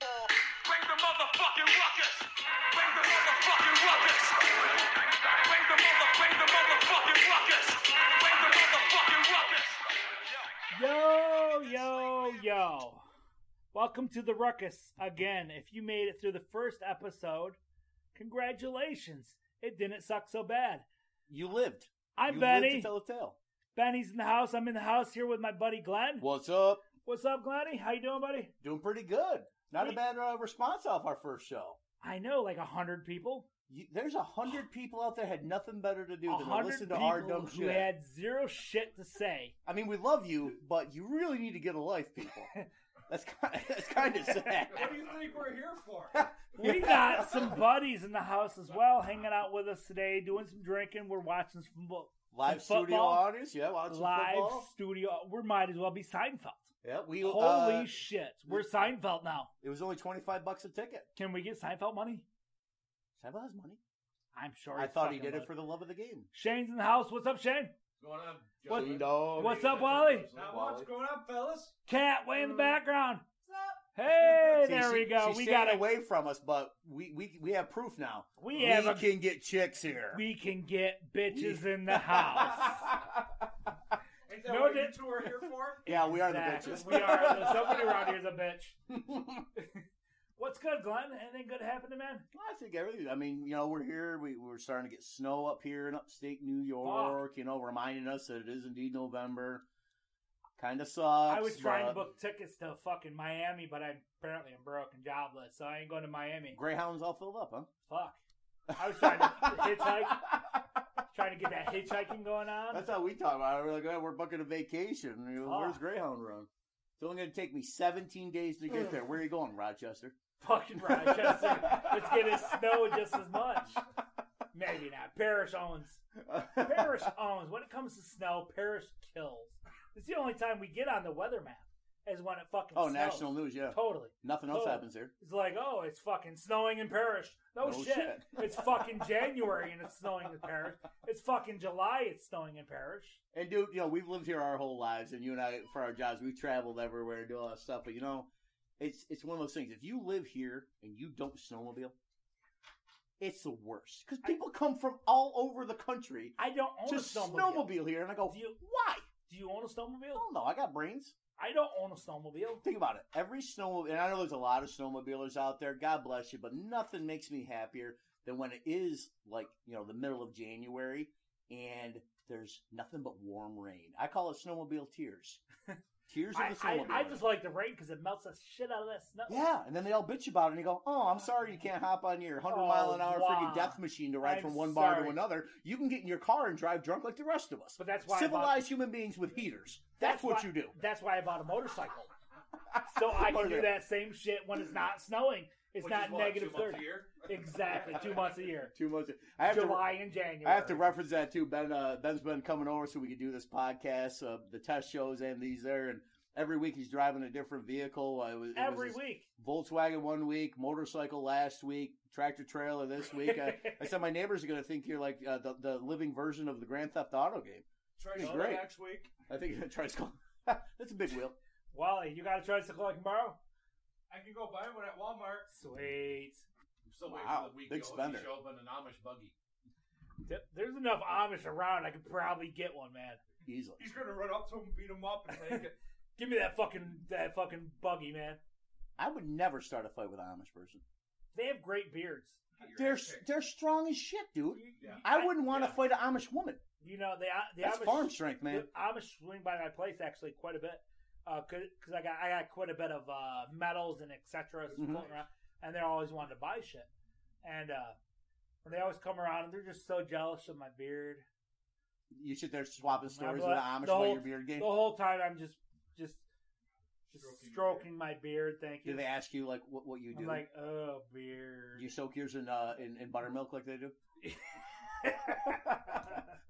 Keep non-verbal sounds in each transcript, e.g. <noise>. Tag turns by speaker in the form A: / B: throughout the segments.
A: Bring the motherfucking ruckus. Bring the motherfucking ruckus. Bring the mother. Bring the motherfucking ruckus. Bring the motherfucking ruckus.
B: Yo, yo, yo. Welcome to the Ruckus again. If you made it through the first episode, congratulations. It didn't suck so bad.
C: You lived.
B: I'm
C: you lived
B: Benny.
C: to tell a tale.
B: Benny's in the house. I'm in the house here with my buddy Glenn.
C: What's up?
B: What's up, Glenny? How you doing, buddy?
C: Doing pretty good. Not
B: We-
C: a bad uh, response off our first show.
B: I know, like a hundred people.
C: You, there's a
B: <sighs>
C: hundred people out there had nothing better to do
B: A
C: than to
B: hundred
C: listen to
B: people
C: our dumb
B: who
C: shit.
B: had zero shit to
C: <laughs>
B: say.
C: I mean, we love you, but you really need to get a life,
B: <laughs>
C: people. That's kind, that's kind of sad.
D: What do you think we're here for?
B: We got some buddies in the house as well, hanging out with us today, doing some drinking. We're watching some football.
C: live
B: some
C: studio
B: football.
C: audience. Yeah, watch some
B: live
C: football.
B: studio. We might as well be Seinfeld.
C: Yeah, we.
B: Holy
C: uh,
B: shit, we're Seinfeld now.
C: it was only twenty five bucks a ticket.
B: Can we get Seinfeld money?
C: Seinfeld has money.
B: I'm sure.
C: I
B: he
C: thought he
B: fucking
C: did it
B: would.
C: for the love of the game.
B: Shane's in the house. What's up, Shane?
D: Going up,
B: What-
D: gentlemen.
C: Dog.
B: What's up, Wally?
D: Not much going up, fellas.
B: Cat way in the background.
D: What's
B: Hey,
C: See,
B: there
C: she-
B: we go.
C: she's
B: We
C: staying
B: got a
C: away from us, but we we, we have proof now.
B: we have a
C: can get chicks here.
B: we can get bitches in the house.
D: Ain't that
B: No,
D: what you
B: that-
D: two are here
B: <laughs>
D: for?
C: yeah, we <laughs> are the
B: Exactly.
C: bitches.
B: we are.
C: <laughs>
B: There's somebody around here is a bitch. What's good, Glenn? Anything good happened to man?
C: I think everything. I mean, you know, we're here. We, we're starting to get snow up here in upstate New York. You know, reminding us that it is indeed November. Kind of sucks.
B: I was trying to
C: but
B: book tickets to fucking Miami, but I apparently am broke and jobless, so I ain't going to Miami.
C: Greyhounds all filled up,
B: Fuck.
C: huh?
B: I was trying to <laughs> hitchhike,
C: <laughs>
B: trying to get that hitchhiking going on.
C: That's how we talk about it. We're like, oh, we're booking a vacation. You know, Where's
B: Fuck.
C: Greyhound Run? It's only going to take me 17 days to get there. Where are you going, Rochester?
B: fucking Rochester. it's gonna snow just as much. Maybe not. Parrish owns. Parrish owns. When it comes to snow, Parrish kills. It's the only time we get on the weather map is when it fucking
C: <laughs> oh,
B: snows.
C: national news. Yeah,
B: Totally.
C: nothing else
B: Totally.
C: happens here.
B: It's like, oh, it's fucking snowing in Parrish. No,
C: No
B: shit.
C: shit.
B: it's fucking January and it's snowing in Parrish. It's fucking July. It's snowing in Parrish.
C: And dude, you know, we've lived here our whole lives, and you and I, for our jobs, we've traveled everywhere and do all that stuff. But you know, it's it's one of those things. If you live here and you don't snowmobile, it's the worst because people come from all over the country
B: I don't own
C: to
B: a snowmobile.
C: snowmobile here, and I go,
B: Do you-
C: why?
B: Do you own a
C: I
B: snowmobile?
C: don't know. I got brains.
B: I don't own a snowmobile.
C: Think about it. Every snowmobile, and I know there's a lot of snowmobilers out there. God bless you, but nothing makes me happier than when it is like you know the middle of January and there's nothing but warm rain. I call it snowmobile tears. <laughs> tears
B: I,
C: of the
B: I,
C: snowmobile.
B: I just like the rain because it melts the shit out of that snow.
C: yeah, and then they all bitch about it and you go, "Oh, I'm sorry you can't hop on your 100
B: Oh,
C: mile an hour
B: wow.
C: freaking death machine to ride
B: I'm
C: from one bar
B: sorry.
C: to another. You can get in your car and drive drunk like the rest of us."
B: But that's why I bought-
C: civilized human beings with heaters. That's, what
B: why-
C: you do.
B: That's why I bought
C: <laughs>
B: a motorcycle. So I can do that same shit when it's not snowing. It's
D: Which
B: not
D: is what,
B: negative
D: two months a
B: 30.
D: year?
B: Exactly. Two months a year.
C: Two months. I have to
B: July and January.
C: I have to reference that too. Ben, uh, Ben's been coming over so we could do this podcast, uh, the test shows, and these there. And every week he's driving a different vehicle. Uh, it was, it was
B: Every
C: his
B: week.
C: Volkswagen one week, motorcycle last week, tractor trailer this week. uh, I, I said my neighbors are going to think you're like uh, the, the living version of the Grand Theft Auto game.
D: Try
C: It's
D: to
C: great.
D: next week.
C: I think <laughs> you're going to try to That's a big wheel.
B: <laughs> Wally, you got a tricycle I can borrow?
D: I can go buy one at Walmart.
B: Sweet.
D: I'm still
C: Wow,
D: waiting for the week
C: big
D: to
C: spender.
D: show up in an Amish buggy.
B: Th- There's enough Amish around. I could probably get one, man.
C: Easily.
D: He's gonna run up to him, beat him up, and take <laughs> it.
B: Give me that fucking that fucking buggy, man.
C: I would never start a fight with an Amish person.
B: They have great beards.
D: Your
C: They're,
D: ass <laughs> kicked.
C: they're strong as shit, dude.
D: Yeah.
C: I wouldn't want to
D: Yeah.
C: fight an Amish woman.
B: You know, they the
C: That's
B: Amish
C: farm strength, man.
B: The Amish swing by my place actually quite a bit because I got I got quite a bit of uh, metals and etc.
C: Mhm.
B: floating around, and they always wanted to buy shit, and uh, and they always come around and they're just so jealous of my beard.
C: You sit there swapping stories with
B: blood-
C: an Amish
B: the
C: about
B: whole-
C: your beard
B: The
C: game.
B: whole time I'm just just just
D: Stroking
B: stroking,
D: your
B: my beard. Thank
C: Do
B: you.
C: they ask you like what what you
B: I'm
C: do?
B: <laughs> like, oh
C: <laughs>
B: beard.
C: you soak yours in uh in, in buttermilk like they do?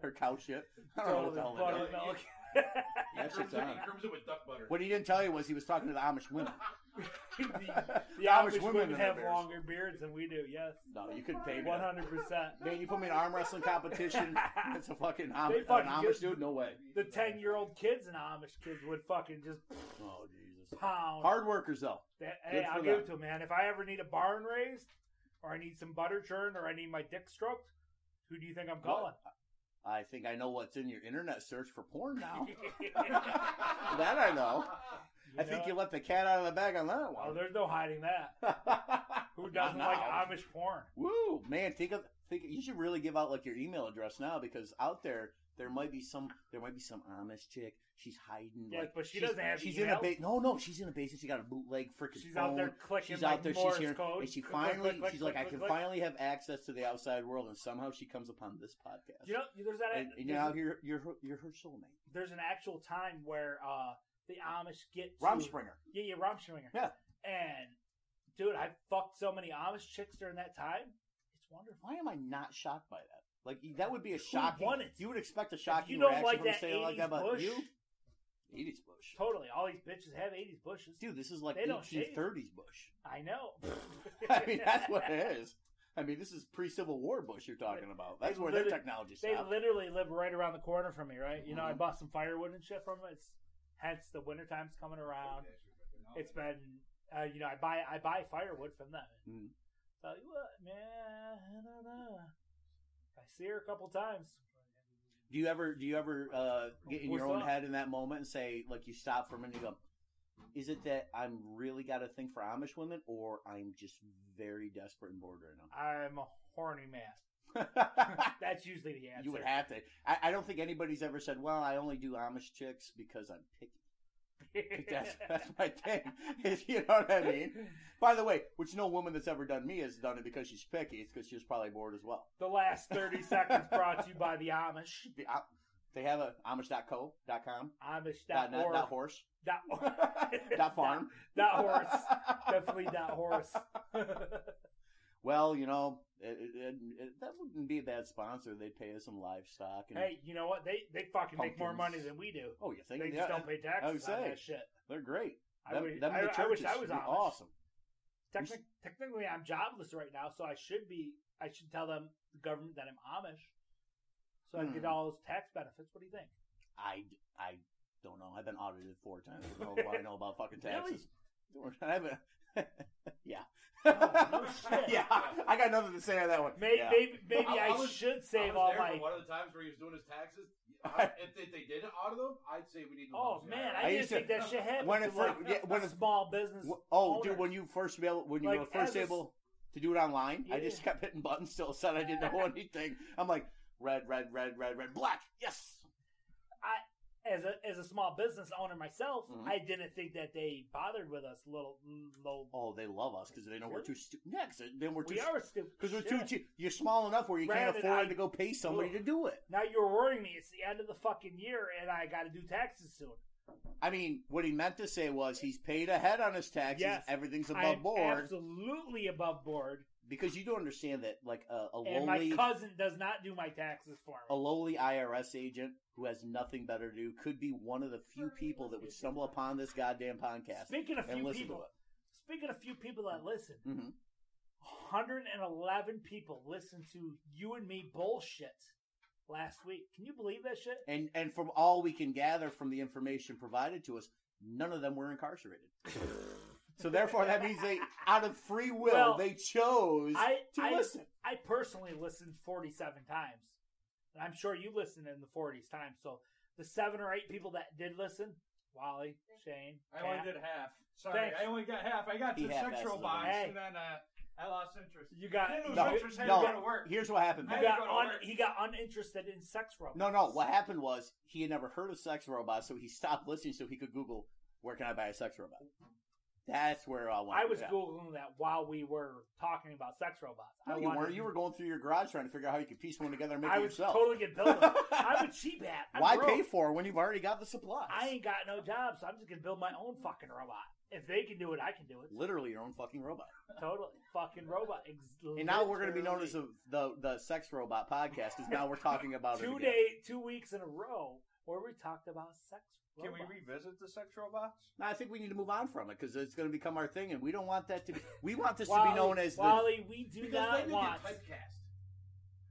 C: Her cow shit. <laughs> I don't know what the hell that is.
D: butter.
B: Buttermilk. <laughs>
D: He
C: That shit's
D: crimson,
C: on.
D: he crimson with duck butter.
C: What he didn't tell you was he was talking to the Amish
B: <laughs>
C: women.
B: the
C: Amish
B: Amish
C: women
B: women
C: in their
B: have
C: beards.
B: longer beards than we do. Yes,
C: No, you couldn't pay me.
B: one
C: that.
B: hundred percent.
C: Man, you put me in an arm wrestling
B: <laughs>
C: competition. It's a fucking Am-
B: They fucking
C: an Amish
B: get-
C: dude. No way.
B: The ten-year-old kids and Amish kids would fucking just
C: Oh Jesus.
B: pound.
C: Hard workers though.
B: That,
C: Good
B: hey, I'll
C: for
B: give
C: them.
B: it to him, man. If I ever need a barn raised, or I need some butter churned, or I need my dick stroked, who do you think I'm calling?
C: I think I know what's in your internet search for porn
B: <laughs>
C: now. <laughs>
D: that
C: I know. I think you let the cat out of the bag on that
B: Oh,
C: one.
B: there's no hiding that.
C: <laughs>
B: Who doesn't
C: now.
B: like Amish porn?
C: Woo, man! Think of think. You should really give out like your email address now because out there there might be some there might be some Amish chick. She's hiding.
B: Yeah,
C: like,
B: but she
C: she's-
B: doesn't have
C: She's
B: email.
C: in a ba- no, no. She's in a basement. She got a bootleg freaking.
B: She's out there clicking
C: She's
B: like
C: out there.
B: Morse
C: She's here,
B: code.
C: and she
B: <laughs> Click, click,
C: finally.
B: click, click,
C: she's like,
B: click,
C: I can
B: click, click.
C: finally have access to the outside world, and somehow she comes upon this podcast.
B: You know, there's that.
C: and, and you're
B: there's,
C: out here. You're her, you're her soulmate.
B: there's an actual time where uh, the Amish get to,
C: Romspringer.
B: Yeah, yeah, Romspringer.
C: Yeah.
B: And dude, I fucked so many Amish chicks during that time. It's wonderful.
C: Why am I not shocked by that? Like that would be a shocking.
B: won it?
C: You would expect a shocking
B: you don't
C: reaction
B: like
C: from a
B: that
C: statement like that
B: 80s
C: about
B: bush-
C: you. 80s bush.
B: Totally, all these bitches have '80s bushes.
C: Dude, this is like
B: They don't
C: 1830s
B: <laughs>
C: Bush. <laughs>
B: I know.
C: I mean, that's what it is. I mean, this is pre-Civil War Bush you're talking about. That's
B: They
C: where their
B: literally-
C: technology
B: <laughs> They
C: stopped.
B: literally live right around the corner from me, right? You know, I
C: Mhm.
B: bought some firewood and shit from them. It's hence the wintertime's coming around. Um, It's been, uh, you know, I buy I buy firewood from them.
C: Mhm.
B: Tell you what, man, I don't know. I see her a couple times.
C: Do you ever, do you ever uh, get in your
B: What's
C: own
B: up?
C: head in that moment and say, like, you stop for a minute and you go, "Is it that I'm really got a thing for Amish women, or I'm just very desperate and bored
B: <laughs>
C: right
B: I'm a horny man.
C: now?"
B: That's usually the answer.
C: you would have to. I, I don't think anybody's ever said, "Well, I only do Amish chicks because I'm picky." <laughs> That's that's my thing. <laughs> If you know what I mean. By the way, which no woman that's ever done me has done it because she's picky. It's because she was probably bored as well.
B: the last thirty seconds brought to you by the Amish.
C: The- uh, They have a Amish.co.com dot com
B: Amish
C: dot
B: dot
C: net
B: org
C: dot horse
B: dot org. <laughs>
C: dot farm
B: dot horse definitely dot horse.
C: <laughs> Well, you know it, it, it- it- that wouldn't be a bad sponsor. They'd pay us some livestock. And,
B: hey, you know what? They they fucking make more
C: Pumpkins.
B: money than we do.
C: oh, you think
B: They
C: yeah,
B: just don't pay taxes
C: I would
B: on
C: say.
B: that shit.
C: They're great.
B: I,
C: Them-
B: wish,
C: them and the
B: I, I wish
C: churches
B: I
C: would
B: was
C: be
B: Amish.
C: awesome.
B: Technic- technically, I'm jobless right now, so I should be. I should tell them the government that I'm Amish, so I get
C: Hmm.
B: all those tax benefits. What do you think?
C: I, I don't know. I've been audited four times. I don't know what I know about fucking
B: <laughs> Really?
C: taxes. I haven't. <laughs> yeah.
B: Oh,
C: <laughs>
B: no shit.
C: yeah, I got nothing to say on that one.
B: Maybe
C: Yeah.
B: maybe, maybe
D: I-
B: I,
D: I was-
B: should
D: I
B: save
D: was
B: all
D: there for
B: my.
D: One of the times where he was doing his
B: <laughs>
D: taxes, I- if they, they didn't audit him, I'd say we need. to
B: Oh
D: lose the
B: man,
D: IRS.
B: I,
C: I
B: didn't
C: used to-
B: think that shit happened.
C: when
B: to,
C: it fir-
B: like,
C: yeah, when it's-
B: small business.
C: W- Oh, dude,
B: owners.
C: when you first be able, when you
B: Like,
C: were first
B: as a s-
C: able to do it online, I
B: Yeah.
C: just kept hitting buttons till it said I didn't
B: <laughs>
C: know anything. I'm like red, red, red, red, red, black. Yes.
B: as a as a small business owner myself,
C: Mhm.
B: I didn't think that they bothered with us little low.
C: Oh, they love us because they know we're too stupid. Yeah, 'cause then we're too
B: we are stupid.
C: because we're
B: Yeah.
C: too cheap. You're small enough where you can't
B: Granted,
C: afford
B: I-
C: to go pay somebody to do it.
B: Now you're worrying me. It's the end of the fucking year, and I got to do taxes soon.
C: I mean, what he meant to say was he's paid ahead on his taxes.
B: Yes.
C: Everything's
B: I
C: above
B: am
C: board
B: absolutely above board,
C: because you don't understand that like a, a
B: and
C: lowly
B: my cousin does not do my taxes for
C: a
B: me.
C: lowly IRS agent who has nothing better to do could be one of the few people that would stumble upon this goddamn podcast
B: Speaking of
C: and
B: few
C: listen
B: people, speaking of few people that listen,
C: to it. hmm
B: 111 people listened to you and me bullshit last week. Can you believe that shit?
C: And and from all we can gather from the information provided to us, none of them were
B: <sighs>
C: incarcerated. so therefore, that means they, out of free will,
B: Well,
C: they chose
B: I
C: to
B: I,
C: listen.
B: I personally listened 47 times. And I'm sure you listened in the 40s times. So the seven or eight people that did listen, Wally, Shane,
D: I only
B: Kat,
D: did half. Sorry,
B: Thanks.
D: I only got half. I got
C: He
D: to
C: half-assed
D: sexual
C: it.
D: bombs,
B: Hey.
D: and then uh, I lost interest.
B: you got
D: I
B: you
D: didn't
C: No,
D: lose
B: got-
D: interest. I had
C: no.
D: to go to work.
C: Here's what happened.
D: I
B: you
D: didn't
B: got
D: go to
B: un,
D: work.
B: he got uninterested in sex robots.
C: No, no. What happened was he had never heard of sex robots, so he stopped listening so he could Google where can I buy a sex robot. That's where I want.
B: I was
C: Yeah.
B: googling that while we were talking about sex robots.
C: No,
B: I
C: you
B: wanted-
C: weren't. You were going through your garage trying to figure out how you could piece one together and make
B: I
C: it
B: would
C: yourself. <laughs>
B: totally get built. them. I'm a cheap hat. I'm
C: Why
B: broke.
C: pay for it when you've already got the supplies?
B: I ain't got no job, so I'm just gonna build my own fucking robot. If they can do it, I can do it.
C: Literally your own fucking robot.
B: Totally, fucking robot. Ex-
C: And now we're going to be known as the, the the sex robot podcast because now we're talking about it
B: <laughs> two
C: again.
B: day, two weeks in a row where we talked about sex.
E: Can we
B: robots.
E: revisit the sex robots?
C: No, I think we need to move on from it because it's going to become our thing, and we don't want that to. Be, we want this to
B: Wally,
C: be known as the.
B: Wally, we do
D: because
B: not
D: then you
B: want.
D: get typecast.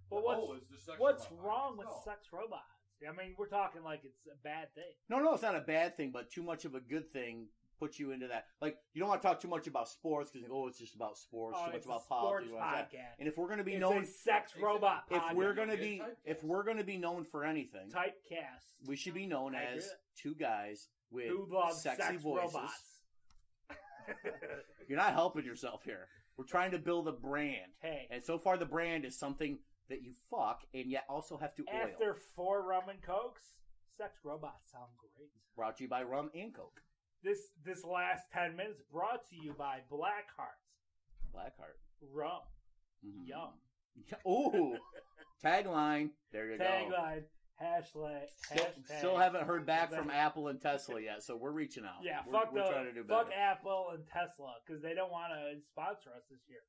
B: But what's
D: oh, it's the sexual
B: what's
D: outcome.
B: wrong with
D: No.
B: sex robots? I mean, we're talking like it's a bad thing.
C: No, no, it's not a bad thing, but too much of a good thing puts you into that. Like you don't want to talk too much about sports because oh, it's just about sports.
B: Oh,
C: too much
B: it's a
C: about
B: sports
C: politics. all that.
B: podcast.
C: And if we're going to be
B: It's
C: known,
B: a sex robot.
C: if
B: podcast.
C: we're going to
D: It's
C: be,
D: typecast.
C: if we're going to be known for anything,
B: typecast,
C: we should be known
B: I
C: as
B: agree.
C: two guys with
B: who loves
C: sexy
B: sex
C: voices. <laughs>
B: robots?
C: You're not helping yourself here. We're trying to build a brand.
B: hey,
C: And so far, the brand is something that you fuck and yet also have to oil.
B: after four rum and cokes, sex robots sound great.
C: Brought to you by Rum and Coke.
B: This this last ten minutes brought to you by Blackheart's
C: Blackheart.
B: Rum.
C: Mhm.
B: Yum.
C: <laughs> Ooh. Tagline. There you go.
B: Tagline. Hashtag.
C: Still,
B: hashtag.
C: still haven't heard back from Apple and Tesla yet, so we're reaching out.
B: Yeah,
C: we're,
B: fuck
C: we're
B: the
C: trying to do better.
B: fuck Apple and Tesla because they don't want to sponsor us this year.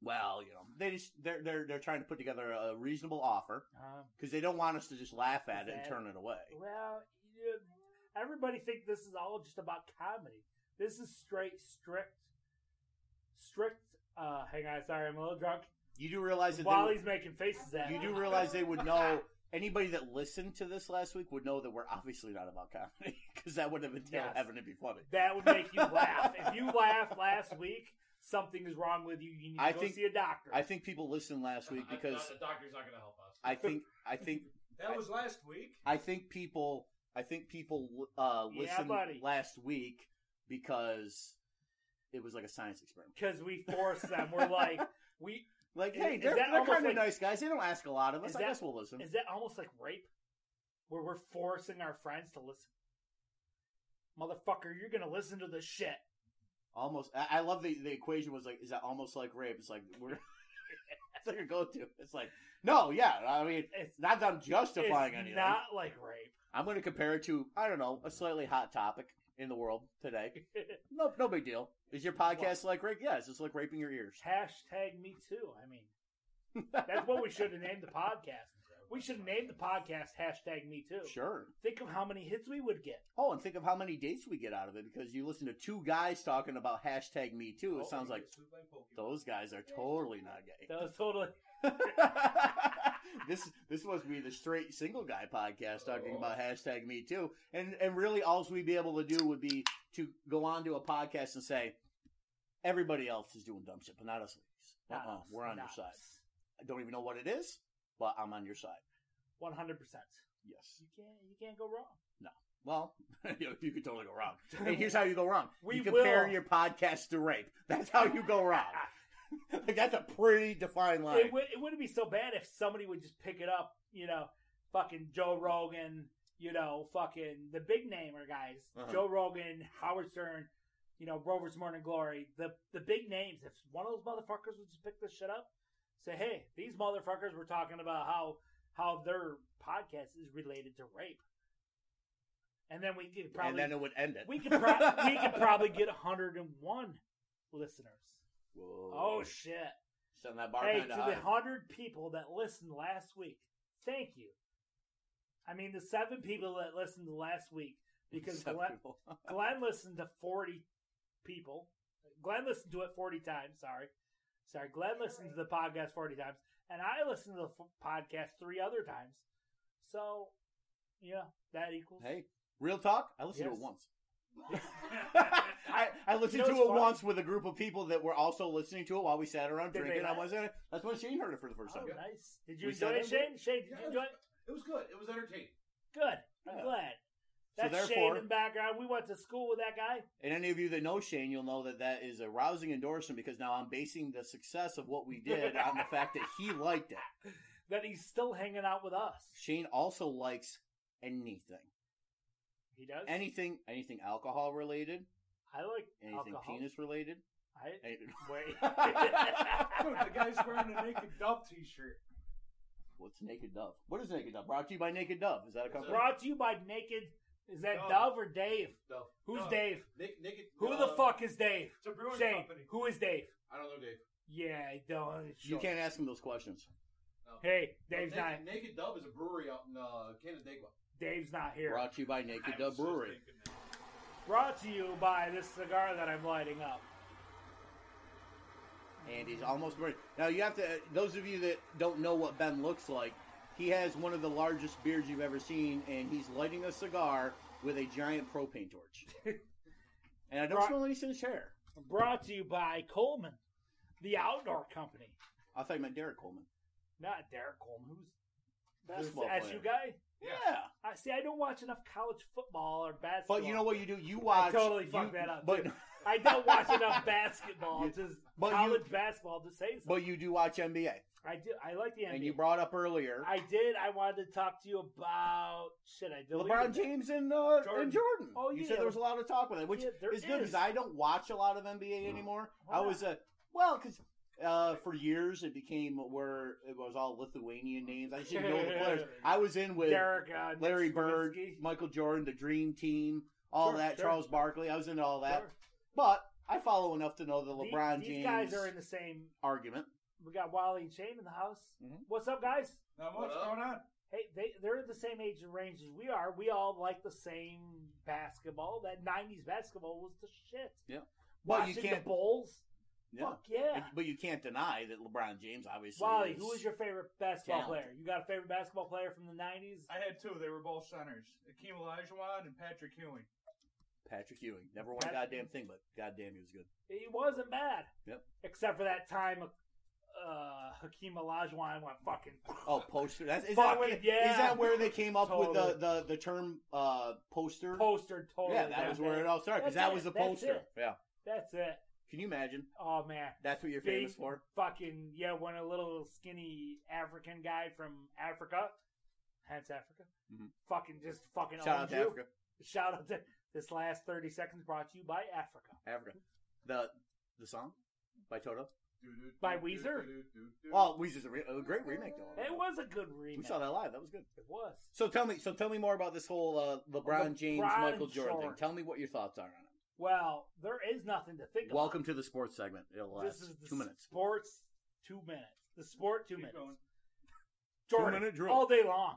C: Well, you know, they just they're they're they're trying to put together a reasonable offer
B: Um,
C: because they don't want us to just laugh at it and
B: Exactly.
C: turn it away.
B: well, you, everybody think this is all just about comedy. This is straight, strict, strict. Uh, hang on, sorry, I'm a little drunk.
C: You do realize that they,
B: Wally's making faces at
C: You
B: me.
C: do realize they would know. Anybody that listened to this last week would know that we're obviously not about comedy <laughs> because that would have been
B: Yes.
C: having to be funny.
B: That would make you laugh. If you laughed last week, something is wrong with you. You need to
C: I
B: go
C: think-
B: see a doctor.
C: I think people listened last week
D: I- I-
C: because
D: the doctor's not going to help us.
C: I think I think
E: That was last week.
C: I think people I think people uh,
B: Yeah,
C: listened
B: buddy.
C: last week because it was like a science experiment.
B: Because we force them. We're like, we
C: Like,
B: Is-
C: hey,
B: is
C: they're,
B: that
C: they're
B: almost
C: kind of
B: like-
C: nice guys. They don't ask a lot of us.
B: Is
C: I
B: that-
C: guess we'll listen.
B: is that almost like rape, where we're forcing our friends to listen. Motherfucker, you're gonna listen to this shit.
C: Almost. I, I love the the equation was like, is that almost like rape? It's like we're. <laughs> it's like your go to. It's like no, yeah. I mean,
B: It's
C: not that I'm justifying
B: it's
C: anything.
B: not like rape.
C: I'm going to compare it to I don't know a slightly hot topic in the world today.
B: <laughs>
C: No, no big deal. Is your podcast like rape? Yeah, it's just like raping your ears.
B: Hashtag me too. I mean, that's what we should have named the podcast. We should have named the podcast hashtag me too.
C: Sure.
B: Think of how many hits we would get.
C: Oh, and think of how many dates we get out of it because you listen to two guys talking about hashtag Me Too. It
B: Oh,
C: sounds like those guys are totally not gay.
B: That was totally
C: <laughs>
B: <laughs>
C: this this must be the straight single guy podcast talking
B: Oh.
C: about hashtag Me Too, and and really all we'd be able to do would be to go on to a podcast and say everybody else is doing dumb shit, but not us. Ladies.
B: not
C: Uh-uh,
B: us,
C: we're on your
B: not
C: side.
B: us.
C: I don't even know what it is, but I'm on your side.
B: One hundred percent.
C: Yes.
B: You can't you can't go wrong.
C: Well, <laughs> you, you could totally go wrong.
B: <laughs>
C: And here's how you go wrong.
B: We
C: you compare
B: will.
C: your podcast to rape. That's how you go wrong. <laughs> like that's a pretty defined line.
B: It, would, it wouldn't be so bad if somebody would just pick it up. You know, fucking Joe Rogan. You know, fucking the big namer guys.
C: Uh-huh.
B: Joe Rogan, Howard Stern. You know, Rover's Morning Glory. The the big names. If one of those motherfuckers would just pick this shit up, say, hey, these motherfuckers were talking about how how their podcast is related to rape, and then we could probably
C: and then it would end it.
B: we could pro- we could probably get 101 listeners.
C: <laughs> Whoa.
B: Oh shit!
C: Send that bar
B: hey,
C: kinda
B: to
C: high.
B: the hundred people that listened last week, thank you. I mean, the seven people that listened last
C: <laughs>
B: week because
C: Except
B: Glenn,
C: people. <laughs>
B: Glenn listened to 40 people. Glenn listened to it 40 times. Sorry, sorry. Glenn listened to the podcast 40 times, and I listened to the f- podcast three other times. So, yeah, that equals.
C: Hey, real talk. I listened
B: Yes.
C: to it
B: <laughs>
C: once. I, I listened
B: You know,
C: to
B: it's
C: it
B: funny.
C: once with a group of people that were also listening to it while we sat around
B: Did they
C: drinking. I
B: laugh?
C: wasn't. That's when Shane heard it for the first
B: Oh,
C: time.
B: nice. Did you
C: We
B: enjoy
C: said
B: it,
C: it.
B: Shane? Shane, did
D: Yeah,
B: you enjoy it?
D: It was good. It was entertaining.
B: Good. I'm
C: Yeah.
B: glad.
C: So
B: That
C: therefore-
B: Shane in the background. We went to school with that guy.
C: And any of you that know Shane, you'll know that that is a rousing endorsement because now I'm basing the success of what we did on the fact that he liked it.
B: That he's still hanging out with us.
C: Shane also likes anything,
B: He does.
C: anything, anything alcohol related,
B: I like
C: Anything
B: alcohol.
C: penis related?
B: I
C: <laughs> I don't know.
B: wait.
E: Dude, the guy's wearing a naked dove t-shirt.
C: What's Naked Dove? What is Naked Dove? Brought to you by Naked Dove. Is that a
D: It's
C: company?
B: Brought to you by Naked. Is that
E: Dove.
B: Dove or Dave?
D: Dove.
B: Who's
E: Dove.
B: Dave?
D: Nick, Nick,
B: Who
D: uh,
B: the fuck is Dave?
E: It's a brewing
B: Shane,
E: company.
B: who is Dave?
D: I don't know, Dave.
B: Yeah, I don't.
C: You can't ask him those questions.
D: No.
B: Hey,
D: Naked,
B: Dave's not.
D: Naked Dove is a brewery out in uh, Canandaigua.
B: Dave's not here.
C: Brought to you by Naked
E: I was
C: Dove
E: just
C: Brewery.
E: thinking that.
B: Brought to you by this cigar that I'm lighting up.
C: and he's almost ready. Now you have to. Those of you that don't know what Ben looks like, he has one of the largest beards you've ever seen, and he's lighting a cigar with a giant propane
B: <laughs>
C: torch. and I don't
B: Right.
C: smell any since hair.
B: Brought to you by Coleman, the outdoor company.
C: I thought you meant Derek Coleman.
B: Not Derek Coleman, who's
C: Basketball
B: who's the
C: player.
B: SU guy.
C: Yeah,
B: I see. I don't watch enough college football or basketball.
C: but you know what you do? You watch.
B: totally
C: you-
B: fucked that up,
C: But
B: too. I don't watch
C: <laughs>
B: enough basketball.
C: You-
B: just
C: but you-
B: college basketball to say something.
C: <laughs> but you do watch NBA,
B: I do. I like the NBA.
C: and you brought up earlier
B: I did. I wanted to talk to you about shit. I deleted
C: LeBron
B: that.
C: James and uh,
E: Jordan.
C: And Jordan.
B: Oh,
C: you
B: yeah.
C: said there was a lot of talk with it, which
B: Yeah, there
C: is good
B: is.
C: because I don't watch a lot of NBA anymore.
B: Why
C: I
B: not?
C: was a well because uh, for years it became where it was all Lithuanian names. I just didn't know the players.
B: <laughs>
C: I was in with
B: Derek, uh,
C: Larry
B: Nick
C: Bird,
B: Nowitzki.
C: Michael Jordan, the Dream Team, all
B: Sure,
C: that.
B: sure.
C: Charles Barkley. I was into all that,
B: Sure.
C: but I follow enough to know the
B: The-
C: LeBron
B: These
C: James
B: guys are in the same.
C: argument.
B: We got Wally and Shane in the house.
C: Mhm.
B: What's up, guys?
E: Not
D: What
E: much
D: up?
E: going on.
B: Hey, they they're the same age and range as we are. We all like the same basketball. That '90s basketball was the shit.
C: Yeah. Well, you
B: Watching
C: can't-
B: the Bulls.
C: Yeah.
B: Fuck yeah.
C: But you can't deny that LeBron James obviously.
B: Wally,
C: is-
B: who was your favorite basketball
C: Talented.
B: player? You got a favorite basketball player from the '90s?
E: I had two. They were both centers. Akeem Olajuwon and Patrick Ewing.
C: Patrick Ewing? Never won a
B: Pat-
C: goddamn thing, but goddamn, he was good.
B: He wasn't bad.
C: Yep.
B: Except for that time, uh, Hakeem Olajuwon went fucking.
C: Oh, poster. That's, is, that
B: Fucking
C: where,
B: yeah.
C: is that where they came up
B: Totally.
C: with the, the, the term uh, poster?
B: poster totally.
C: yeah, that was where it all started because
B: That's
C: that
B: it.
C: was the
B: That's
C: poster.
B: it.
C: Yeah.
B: That's it.
C: Can you imagine?
B: Oh man,
C: That's what you're
B: Big-
C: famous for.
B: fucking yeah. When a little skinny African guy from Africa, hence Africa,
C: Mhm.
B: fucking just fucking
C: Shout out
B: owned
C: to
B: you.
C: Africa.
B: Shout out to this last thirty seconds brought to you by Africa.
C: Africa. The the song by Toto.
B: By Weezer?
C: Oh, Weezer's a, re- a great remake though.
B: It was a good remake.
C: We saw that live. That was good.
B: It was.
C: So tell me, so tell me more about this whole uh, LeBron James,
B: LeBron
C: Michael Jordan thing.
B: Jordan.
C: Tell me what your thoughts are on it.
B: Well, there is nothing to think about.
C: Welcome to the sports segment. It'll last
B: This is the
C: two minutes.
B: Sports two minutes. The sport two
E: Keep
B: minutes.
E: going.
B: Jordan
C: Two-minute drill.
B: all day long.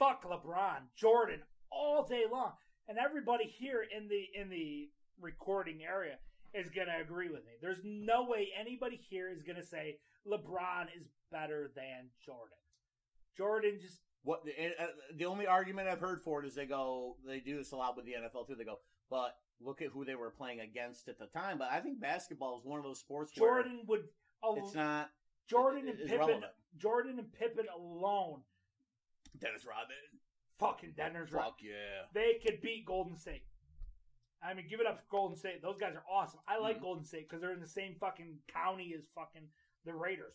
B: Fuck LeBron, Jordan all day long, and everybody here in the in the recording area is gonna agree with me. There's no way anybody here is gonna say LeBron is better than Jordan. Jordan just
C: What the, uh, the only argument I've heard for it is they go they do this a lot with the NFL too. They go, but look at who they were playing against at the time. But I think basketball is one of those sports
B: Jordan would.
C: where
B: Oh,
C: it's not
B: Jordan and
C: it's
B: Pippen.
C: relevant.
B: Jordan and Pippen alone,
C: Dennis Rodman.
B: fucking Denver's right.
C: Fuck yeah.
B: they could beat Golden State. I mean, give it up for Golden State. Those guys are awesome. I like
C: Mhm.
B: Golden State because they're in the same fucking county as fucking the Raiders.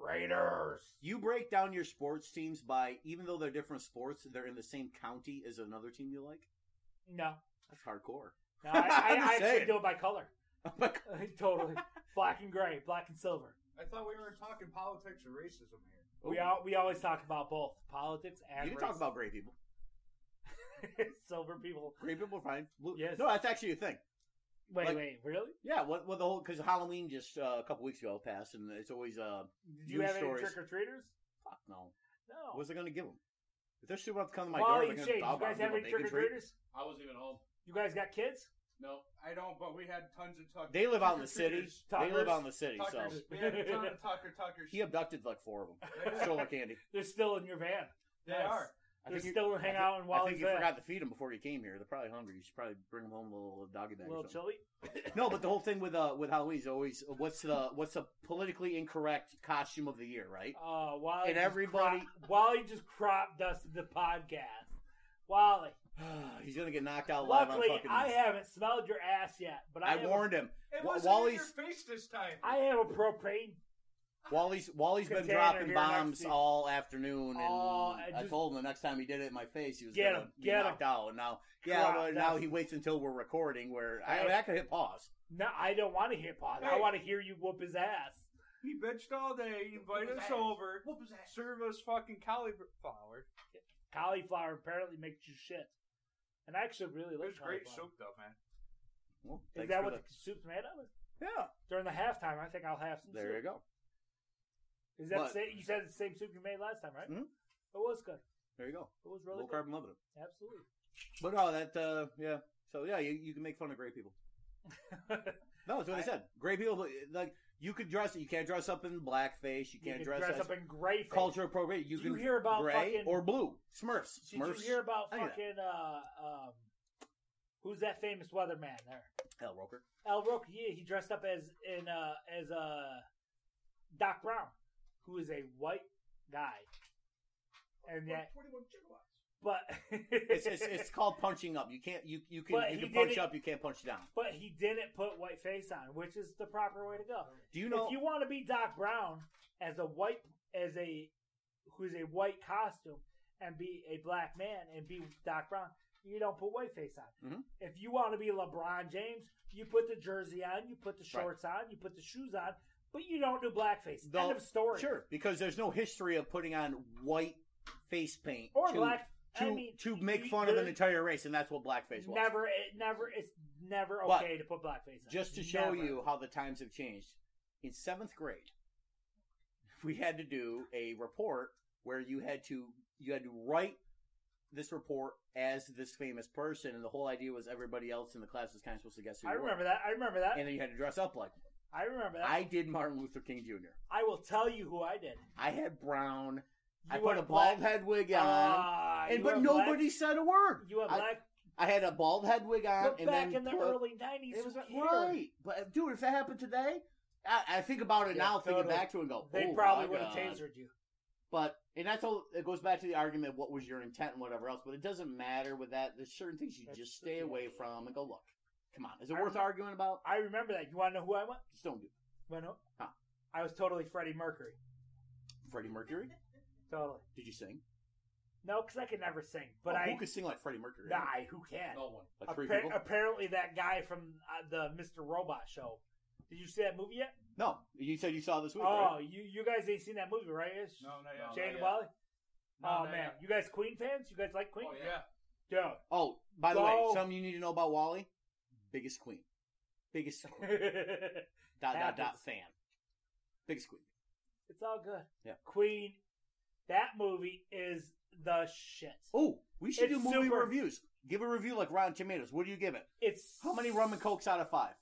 B: Raiders.
C: You break down your sports teams by even though they're different sports, they're in the same county as another team you like.
B: No,
C: That's hardcore. <laughs>
B: no, I, I,
C: I'm just
B: I actually
C: saying.
B: do it by
C: <laughs>
B: color. <laughs>
C: my God.
B: totally, black and gray, black and silver.
E: I thought we were talking politics or racism here.
B: We all, we always talk about both politics
C: you
B: and
C: can talk
B: race.
C: about gray people.
B: <laughs> silver people.
C: Gray people are fine. Blue.
B: Yes.
C: No, that's actually a thing.
B: Wait,
C: Like-
B: wait, really?
C: Yeah. What? What the whole? Because Halloween just uh, a couple weeks ago passed, and it's always uh,
B: Did you
C: News
B: have any
C: stories.
B: trick or treaters?
C: fuck no.
B: No.
C: What was I going to give them? If they're stupid enough to come to my
B: Wally
C: door,
B: and
C: they're
B: Shane,
C: going
B: you
C: to dog
B: guys have any trick or treaters?
D: I wasn't even home.
B: You guys got kids?
D: No.
E: I don't, but we had tons of tuck.
C: They live out in the city.
E: trick-or-treaters.
C: They live
B: Tuckers.
C: out in the <laughs> city, so
E: Tuckers. We had a ton of Tucker Tuckers.
C: he abducted like four of
B: <laughs>
C: them. Stole their candy.
B: They're still in your van.
E: They
B: Yes.
E: are.
C: I
B: They're
C: think you-
B: still hang out in
C: I
B: Wally's
C: think you
B: van.
C: forgot to feed them before you came here. They're probably hungry. You should probably bring them home a little doggy bag.
B: A
C: Or
B: little
C: something.
B: chilly.
C: No, but the whole thing with uh with Halloween is always uh, what's the what's the politically incorrect costume of the year, right? <sighs>
B: Uh, Wally
C: And
B: just
C: everybody-
B: crop, Wally just crop dusted the podcast. Wally,
C: He's gonna get knocked out live
B: luckily
C: on fucking.
B: I haven't smelled your ass yet, but I,
C: I
B: have
C: warned him.
E: It
C: Wa-
E: wasn't
C: Wally's-
E: in your face this time.
B: A, I have a propane
C: Wally's Wally's been
B: Container
C: dropping
B: here next
C: bombs
B: to you.
C: all afternoon, and
B: Oh, I
C: I,
B: just-
C: told him the next time he did it in my face, he was
B: Get
C: gonna
B: him,
C: be
B: get
C: knocked out. And now, yeah,
B: Crap,
C: well, now
B: that's-
C: he waits until we're recording, where I, I,
B: Hey.
C: mean, I could hit pause.
B: No, I don't want to hear pause. I
E: Hey.
B: want to hear you whoop his ass.
E: He bitched all day. He invited us
D: Hey.
E: over.
D: What was that?
E: Serve us fucking cauliflower.
B: Cauliflower apparently makes you shit. And I actually really
E: It
B: like
E: was great
B: cauliflower.
E: soup though, man.
C: Well,
B: Is
C: thanks
B: that
C: for
B: what
C: the-
B: the soup's made of?
C: yeah,
B: During the halftime, I think I'll have some
C: there you
B: soup.
C: go.
B: Is that
C: But-
B: sa- you said it's the same soup you made last time, right?
C: Mhm.
B: It was good.
C: There you go.
B: It was really
C: Low
B: good.
C: carb love it. <laughs>
B: Absolutely.
C: But no, that uh, yeah. So yeah, you, you can make fun of great people. No, that's what I,
B: I-
C: said. Great people, but, like you could dress. You can't dress up in blackface. You
B: You
C: can't
B: can
C: dress,
B: dress
C: as
B: up in gray face.
C: culture appropriate. You
B: Did
C: can
B: you hear about
C: gray
B: fucking-
C: or blue. Smurfs.
B: Did
C: Smurfs.
B: you hear about
C: I knew that.
B: fucking uh, um, who's that famous weatherman there?
C: Hell, Roker.
B: El Roque, yeah, he dressed up as in uh, as uh, Doc Brown, who is a white guy, and yet,
D: 21 gigawatts.
B: but
C: It's, it's, it's called punching up. You can't. You you can
B: But
C: you
B: he
C: can punch
B: didn't-
C: up. You can't punch down.
B: <laughs> but he didn't put white face on, which is the proper way to go.
C: Do you know?
B: if you want to be Doc Brown as a white as a who's a white costume and be a black man and be Doc Brown, you don't put white face on.
C: Mhm.
B: If you want to be LeBron James, you put the jersey on, you put the shorts on, you put the shoes on, but you don't do blackface.
C: The-
B: End of story.
C: sure, because there's no history of putting on white face paint
B: Or
C: to,
B: black.
C: to
B: I mean,
C: to make
B: you-
C: fun of an
B: there-
C: entire race, and that's what blackface was.
B: Never, it never, it's never
C: But-
B: okay to put blackface on.
C: Just to show
B: Never.
C: you how the times have changed. In seventh grade, <laughs> we had to do a report where you had to you had to write this report as this famous person, and the whole idea was everybody else in the class was kind of supposed to guess who
B: I
C: you were.
B: remember that. I remember that.
C: and then you had to dress up like. Them.
B: I remember that. I,
C: I did Martin Luther King Jr.
B: will tell you who I did.
C: I had brown. I
B: You
C: put a
B: were
C: bald
B: black-
C: head wig on,
B: Ah,
C: and
B: you
C: but
B: were black-
C: nobody said a word.
B: You have
C: I-
B: black
C: I had a bald head wig on,
B: But
C: and
B: back
C: then
B: in the
C: put-
B: early nineties,
C: It was right, but dude, if that happened today, I, I think about it
B: Yeah,
C: now, thinking
B: totally.
C: back to it, and go,
B: They
C: oh,
B: probably
C: my
B: would have
C: God.
B: tasered you.
C: But and that's all. It goes back to the argument: of what was your intent and whatever else. But it doesn't matter with that. There's certain things you
B: That's
C: just
B: the
C: stay
B: deal.
C: away from and go, look, come on, is it
B: I
C: worth
B: remember-
C: arguing about?
B: I remember that. You want to know who I went?
C: Just don't do. it.
B: Went up.
C: Huh.
B: I was totally Freddie Mercury.
C: Freddie Mercury?
B: Totally.
C: Did you sing?
B: No, because I could never sing. But
C: Oh,
B: I
C: who could sing like Freddie Mercury?
B: die. Who can?
D: No one.
C: Like three
B: Appar-
C: people?
B: apparently, that guy from uh, the Mr. Robot show. Did you see that movie yet?
C: No, you said you saw this week.
B: oh,
C: right?
B: you you guys ain't seen that movie, right? It's
E: No, not
D: No.
E: yet.
B: Shane
D: not
B: and
D: yet.
B: Wally.
E: No,
B: oh
E: not
B: man,
E: yet.
B: you guys Queen fans? You guys like Queen?
D: Oh, yeah.
C: Oh, by the way,
B: Go.
C: something you need to know about Wally: biggest queen, biggest <laughs> queen,
B: <laughs> Dude.
C: dot dot dot
B: Happens.
C: fan, biggest queen.
B: It's all good.
C: Yeah.
B: Queen, that movie is the shit.
C: Oh, we should
B: It's
C: do movie
B: super-
C: reviews. Give a review like Rotten Tomatoes. What do you give it?
B: It's
C: How many rum and cokes out of five?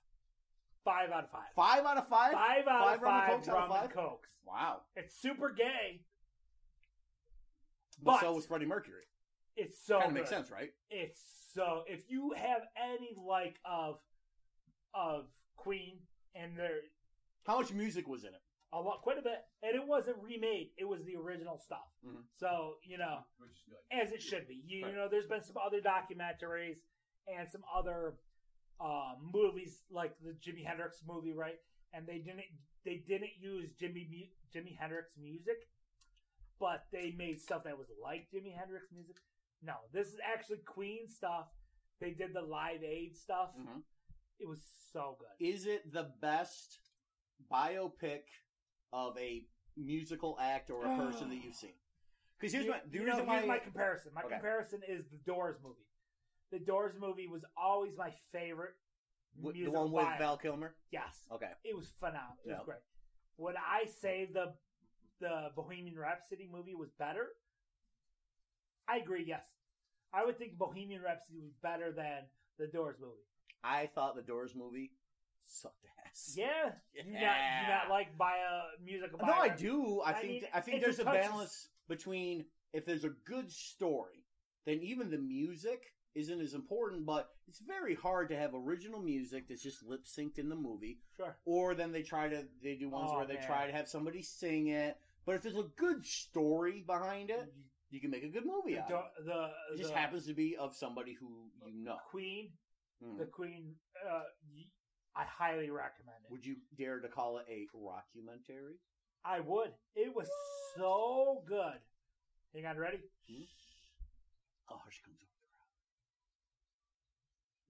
B: Five out of five.
C: Five out of five.
B: Five out
C: Five
B: of
C: rum and
B: five
C: cokes out of
B: rum and
C: five?
B: cokes.
C: Wow.
B: It's super gay.
C: But
B: But-
C: so was Freddie Mercury.
B: It's so
C: kind of makes
B: good.
C: sense, right?
B: It's so if you have any like of of Queen and there
C: How much music was in it?
B: a lot quite a bit and it wasn't remade, it was the original stuff.
C: Mhm.
B: So, you know,
D: Which is good.
B: as it should be. You,
C: Right.
B: know, there's been some other documentaries and some other uh, movies, like the Jimi Hendrix movie, right? And they didn't they didn't use Jimmy mu- Jimi Hendrix music, but they made stuff that was like Jimi Hendrix music. No, this is actually Queen stuff. They did the Live Aid stuff.
C: Mhm.
B: It was so good.
C: Is it the best biopic of a musical act or a person that you've seen? Because here's my the
B: Here's-
C: reason
B: here's
C: why
B: my comparison. My
C: Okay.
B: comparison is the Doors movie. The Doors movie was always my favorite.
C: w- the
B: musical
C: one with
B: biopic.
C: Val Kilmer.
B: Yes.
C: Okay,
B: It was phenomenal. It
C: Yeah.
B: was great. Would I say the the Bohemian Rhapsody movie was better? I agree. Yes, I would think Bohemian Rhapsody was better than the Doors movie.
C: I thought the Doors movie sucked ass. <laughs>
B: Yeah, you not you not like by a musical?
C: No, I
B: biograph-
C: do. I,
B: I
C: think
B: mean,
C: I think
B: it's a
C: there's a
B: touch-
C: balance between if there's a good story, then even the music isn't as important. But it's very hard to have original music that's just lip synced in the movie,
B: Sure.
C: or then they try to they do ones
B: Oh,
C: where they
B: man.
C: try to have somebody sing it. But if there's a good story behind it, you can make a good movie.
B: The,
C: Out of
B: Do- the,
C: Oh, it. it just
B: the
C: happens to be of somebody who you know.
B: Queen,
C: Mm.
B: the Queen. Uh, y- I highly recommend it.
C: Would you dare to call it a rockumentary?
B: I would. It was so good. Hang on, ready?
C: Hmm? Oh, here she comes.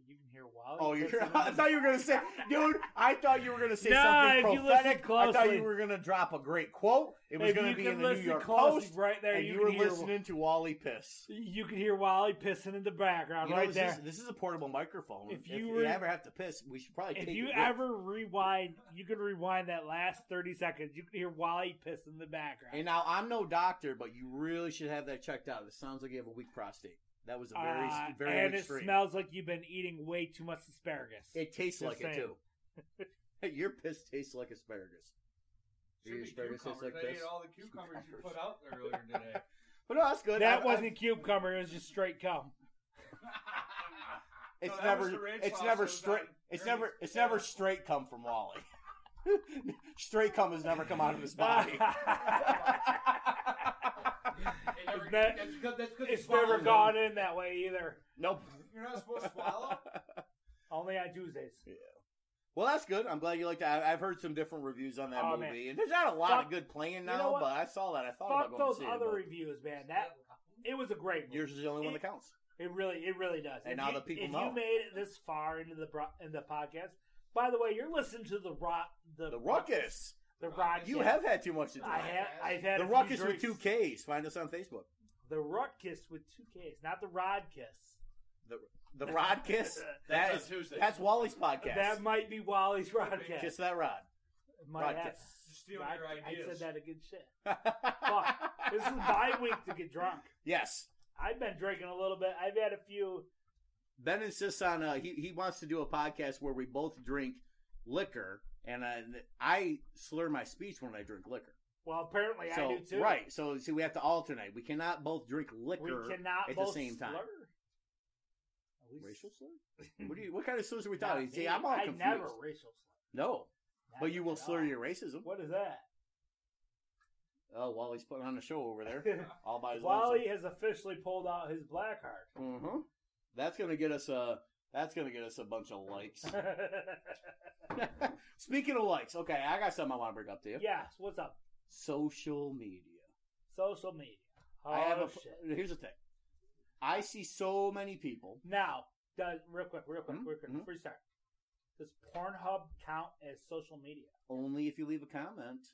B: You can hear Wally.
C: Oh, you're.
B: pissing in
C: <laughs> I
B: his-
C: thought you were gonna
B: <laughs>
C: say, dude. I thought you were gonna say
B: Nah, if
C: something
B: you listen
C: prophetic. I thought
B: closely.
C: you were gonna drop a great quote. It was
B: If
C: gonna
B: you
C: be
B: can
C: in the New
B: listen
C: York
B: close
C: Post,
B: right there.
C: and you,
B: can
C: were
B: hear-
C: listening to Wally piss.
B: You could hear Wally pissing in the background
C: You know,
B: right
C: this,
B: there.
C: Is, this is a portable microphone.
B: If
C: If you,
B: you were-
C: ever have to piss, we should probably.
B: if
C: take
B: you
C: it with-
B: ever rewind, you can rewind that last thirty seconds. You can hear Wally piss in the background.
C: And now I'm no doctor, but you really should have that checked out. It sounds like you have a weak prostate. That was a very,
B: Uh,
C: very
B: and it
C: extreme.
B: smells like you've been eating way too much asparagus.
C: It tastes
B: Just
C: like it
B: saying.
C: too. <laughs>
B: <laughs>
C: Your piss tastes like asparagus.
D: Should
C: Your
D: be
C: asparagus tastes
D: cucumbers.
C: like
D: I
C: this.
D: ate all the cucumbers you put out earlier today.
C: But no, that's good.
B: that
C: I- I-
B: wasn't cucumber; it was just straight cum.
C: <laughs> It's
D: No, that was the
C: never.
D: ranch
C: It's
D: sauce
C: never
D: that was
C: straight.
D: on
C: It's
D: Ernie's.
C: never. It's never straight come from Wally. <laughs> straight cum has never come out of his body.
B: <laughs>
D: It never-
B: It's ne-
D: that's 'cause- that's 'cause you
B: <laughs>
C: <laughs>
B: it's
D: swallow
B: never
D: them.
B: gone in that way either.
C: nope.
D: You're not supposed to swallow.
B: Only on Tuesdays.
C: Well, that's good. I'm glad you liked that. I- I've heard some different reviews on that
B: Oh,
C: movie,
B: man.
C: and there's not a lot of
B: Fuck-
C: good playing
B: know
C: now.
B: what?
C: but I saw that. I thought
B: Fuck
C: about going
B: those
C: to see
B: other
C: it. but
B: reviews, man. That it was a great movie.
C: Yours is the only one that counts.
B: <laughs> It really, it really does.
C: And
B: If
C: now
B: you-
C: the people
B: if
C: know.
B: you made it this far into the bro- in the podcast, by the way, you're listening to the ro- the,
C: The ruckus.
B: The ruckus.
C: You have had too much to
B: I
C: drink.
B: have. I've had
C: The
B: a few
C: ruckus with
B: drinks.
C: two Ks. Find us on Facebook.
B: The ruckus with two Ks, not the rod kiss. <laughs>
C: The Rod Kiss. that is.
D: That's on Tuesday.
C: That's Wally's podcast.
B: That might be Wally's rodcast.
C: Kiss that rod.
B: My
C: Rodcast.
B: ass.
D: You're stealing your
B: I- I said
D: ideas.
B: that a good shit. This is
C: <laughs>
D: <laughs>
B: my week to get drunk.
C: Yes.
B: I've been drinking a little bit. I've had a few.
C: Ben insists on uh, he he wants to do a podcast where we both drink liquor, and uh, I slur my speech when I drink liquor.
B: Well, apparently
C: so
B: Oh, I do too.
C: right, so see, we have to alternate. We cannot both drink liquor.
B: We cannot
C: at the
B: both
C: same time.
B: slur. At least-
C: Racial
B: <laughs>
C: slur? What do you? What kind of slurs are we talking?
B: Not
C: See,
B: me.
C: I'm all
B: I
C: confused.
B: never racial slur.
C: No, but
B: Never
C: you will
B: at
C: slur
B: all.
C: your racism.
B: What
C: <laughs>
B: is that?
C: Oh, Wally's putting on a show over
B: <laughs>
C: there all by his
B: Wally has officially pulled out his black card. <laughs>
C: Mm-hmm. That's gonna get us a. That's gonna get us a bunch of likes. <laughs> Speaking of likes, okay, I got something I want to bring up to you.
B: yes. What's up?
C: Social media.
B: Social media. Oh
C: I have a.
B: shit.
C: Here's the thing. I see so many people.
B: Now, does real quick, real quick,
C: Mhm,
B: real quick,
C: mhm.
B: before you start. Does Pornhub count as social media?
C: Only if you leave a comment.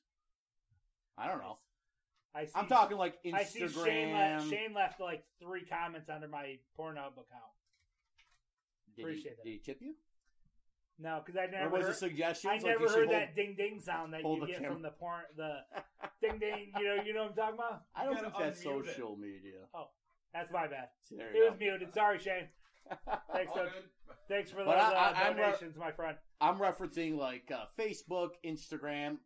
C: I don't know.
B: I see,
C: I'm talking like
B: I see Shane, left,
C: Instagram.
B: Shane left like three comments under my Pornhub account.
C: Did he,
B: appreciate that.
C: did he tip you?
B: No, because I
C: Or
B: never
C: was
B: heard,
C: it suggestions?
B: I
C: like
B: never
C: you should
B: heard
C: hold-
B: that ding ding sound that
C: hold
B: you
C: the
B: get
C: camera.
B: from the porn the ding ding. You know, you know what I'm talking about.
C: <laughs> I don't
D: You
C: think
D: gotta
C: that's
D: unmute it.
C: social media.
B: That's my bad.
C: See, there you
B: It
C: go.
B: was muted. Sorry, Shane.
C: <laughs>
B: Thanks,
D: All
B: for,
D: good.
B: thanks for those
C: But I-
B: uh,
C: I- I'm re-
B: donations, my friend.
C: I'm referencing like uh, Facebook, Instagram,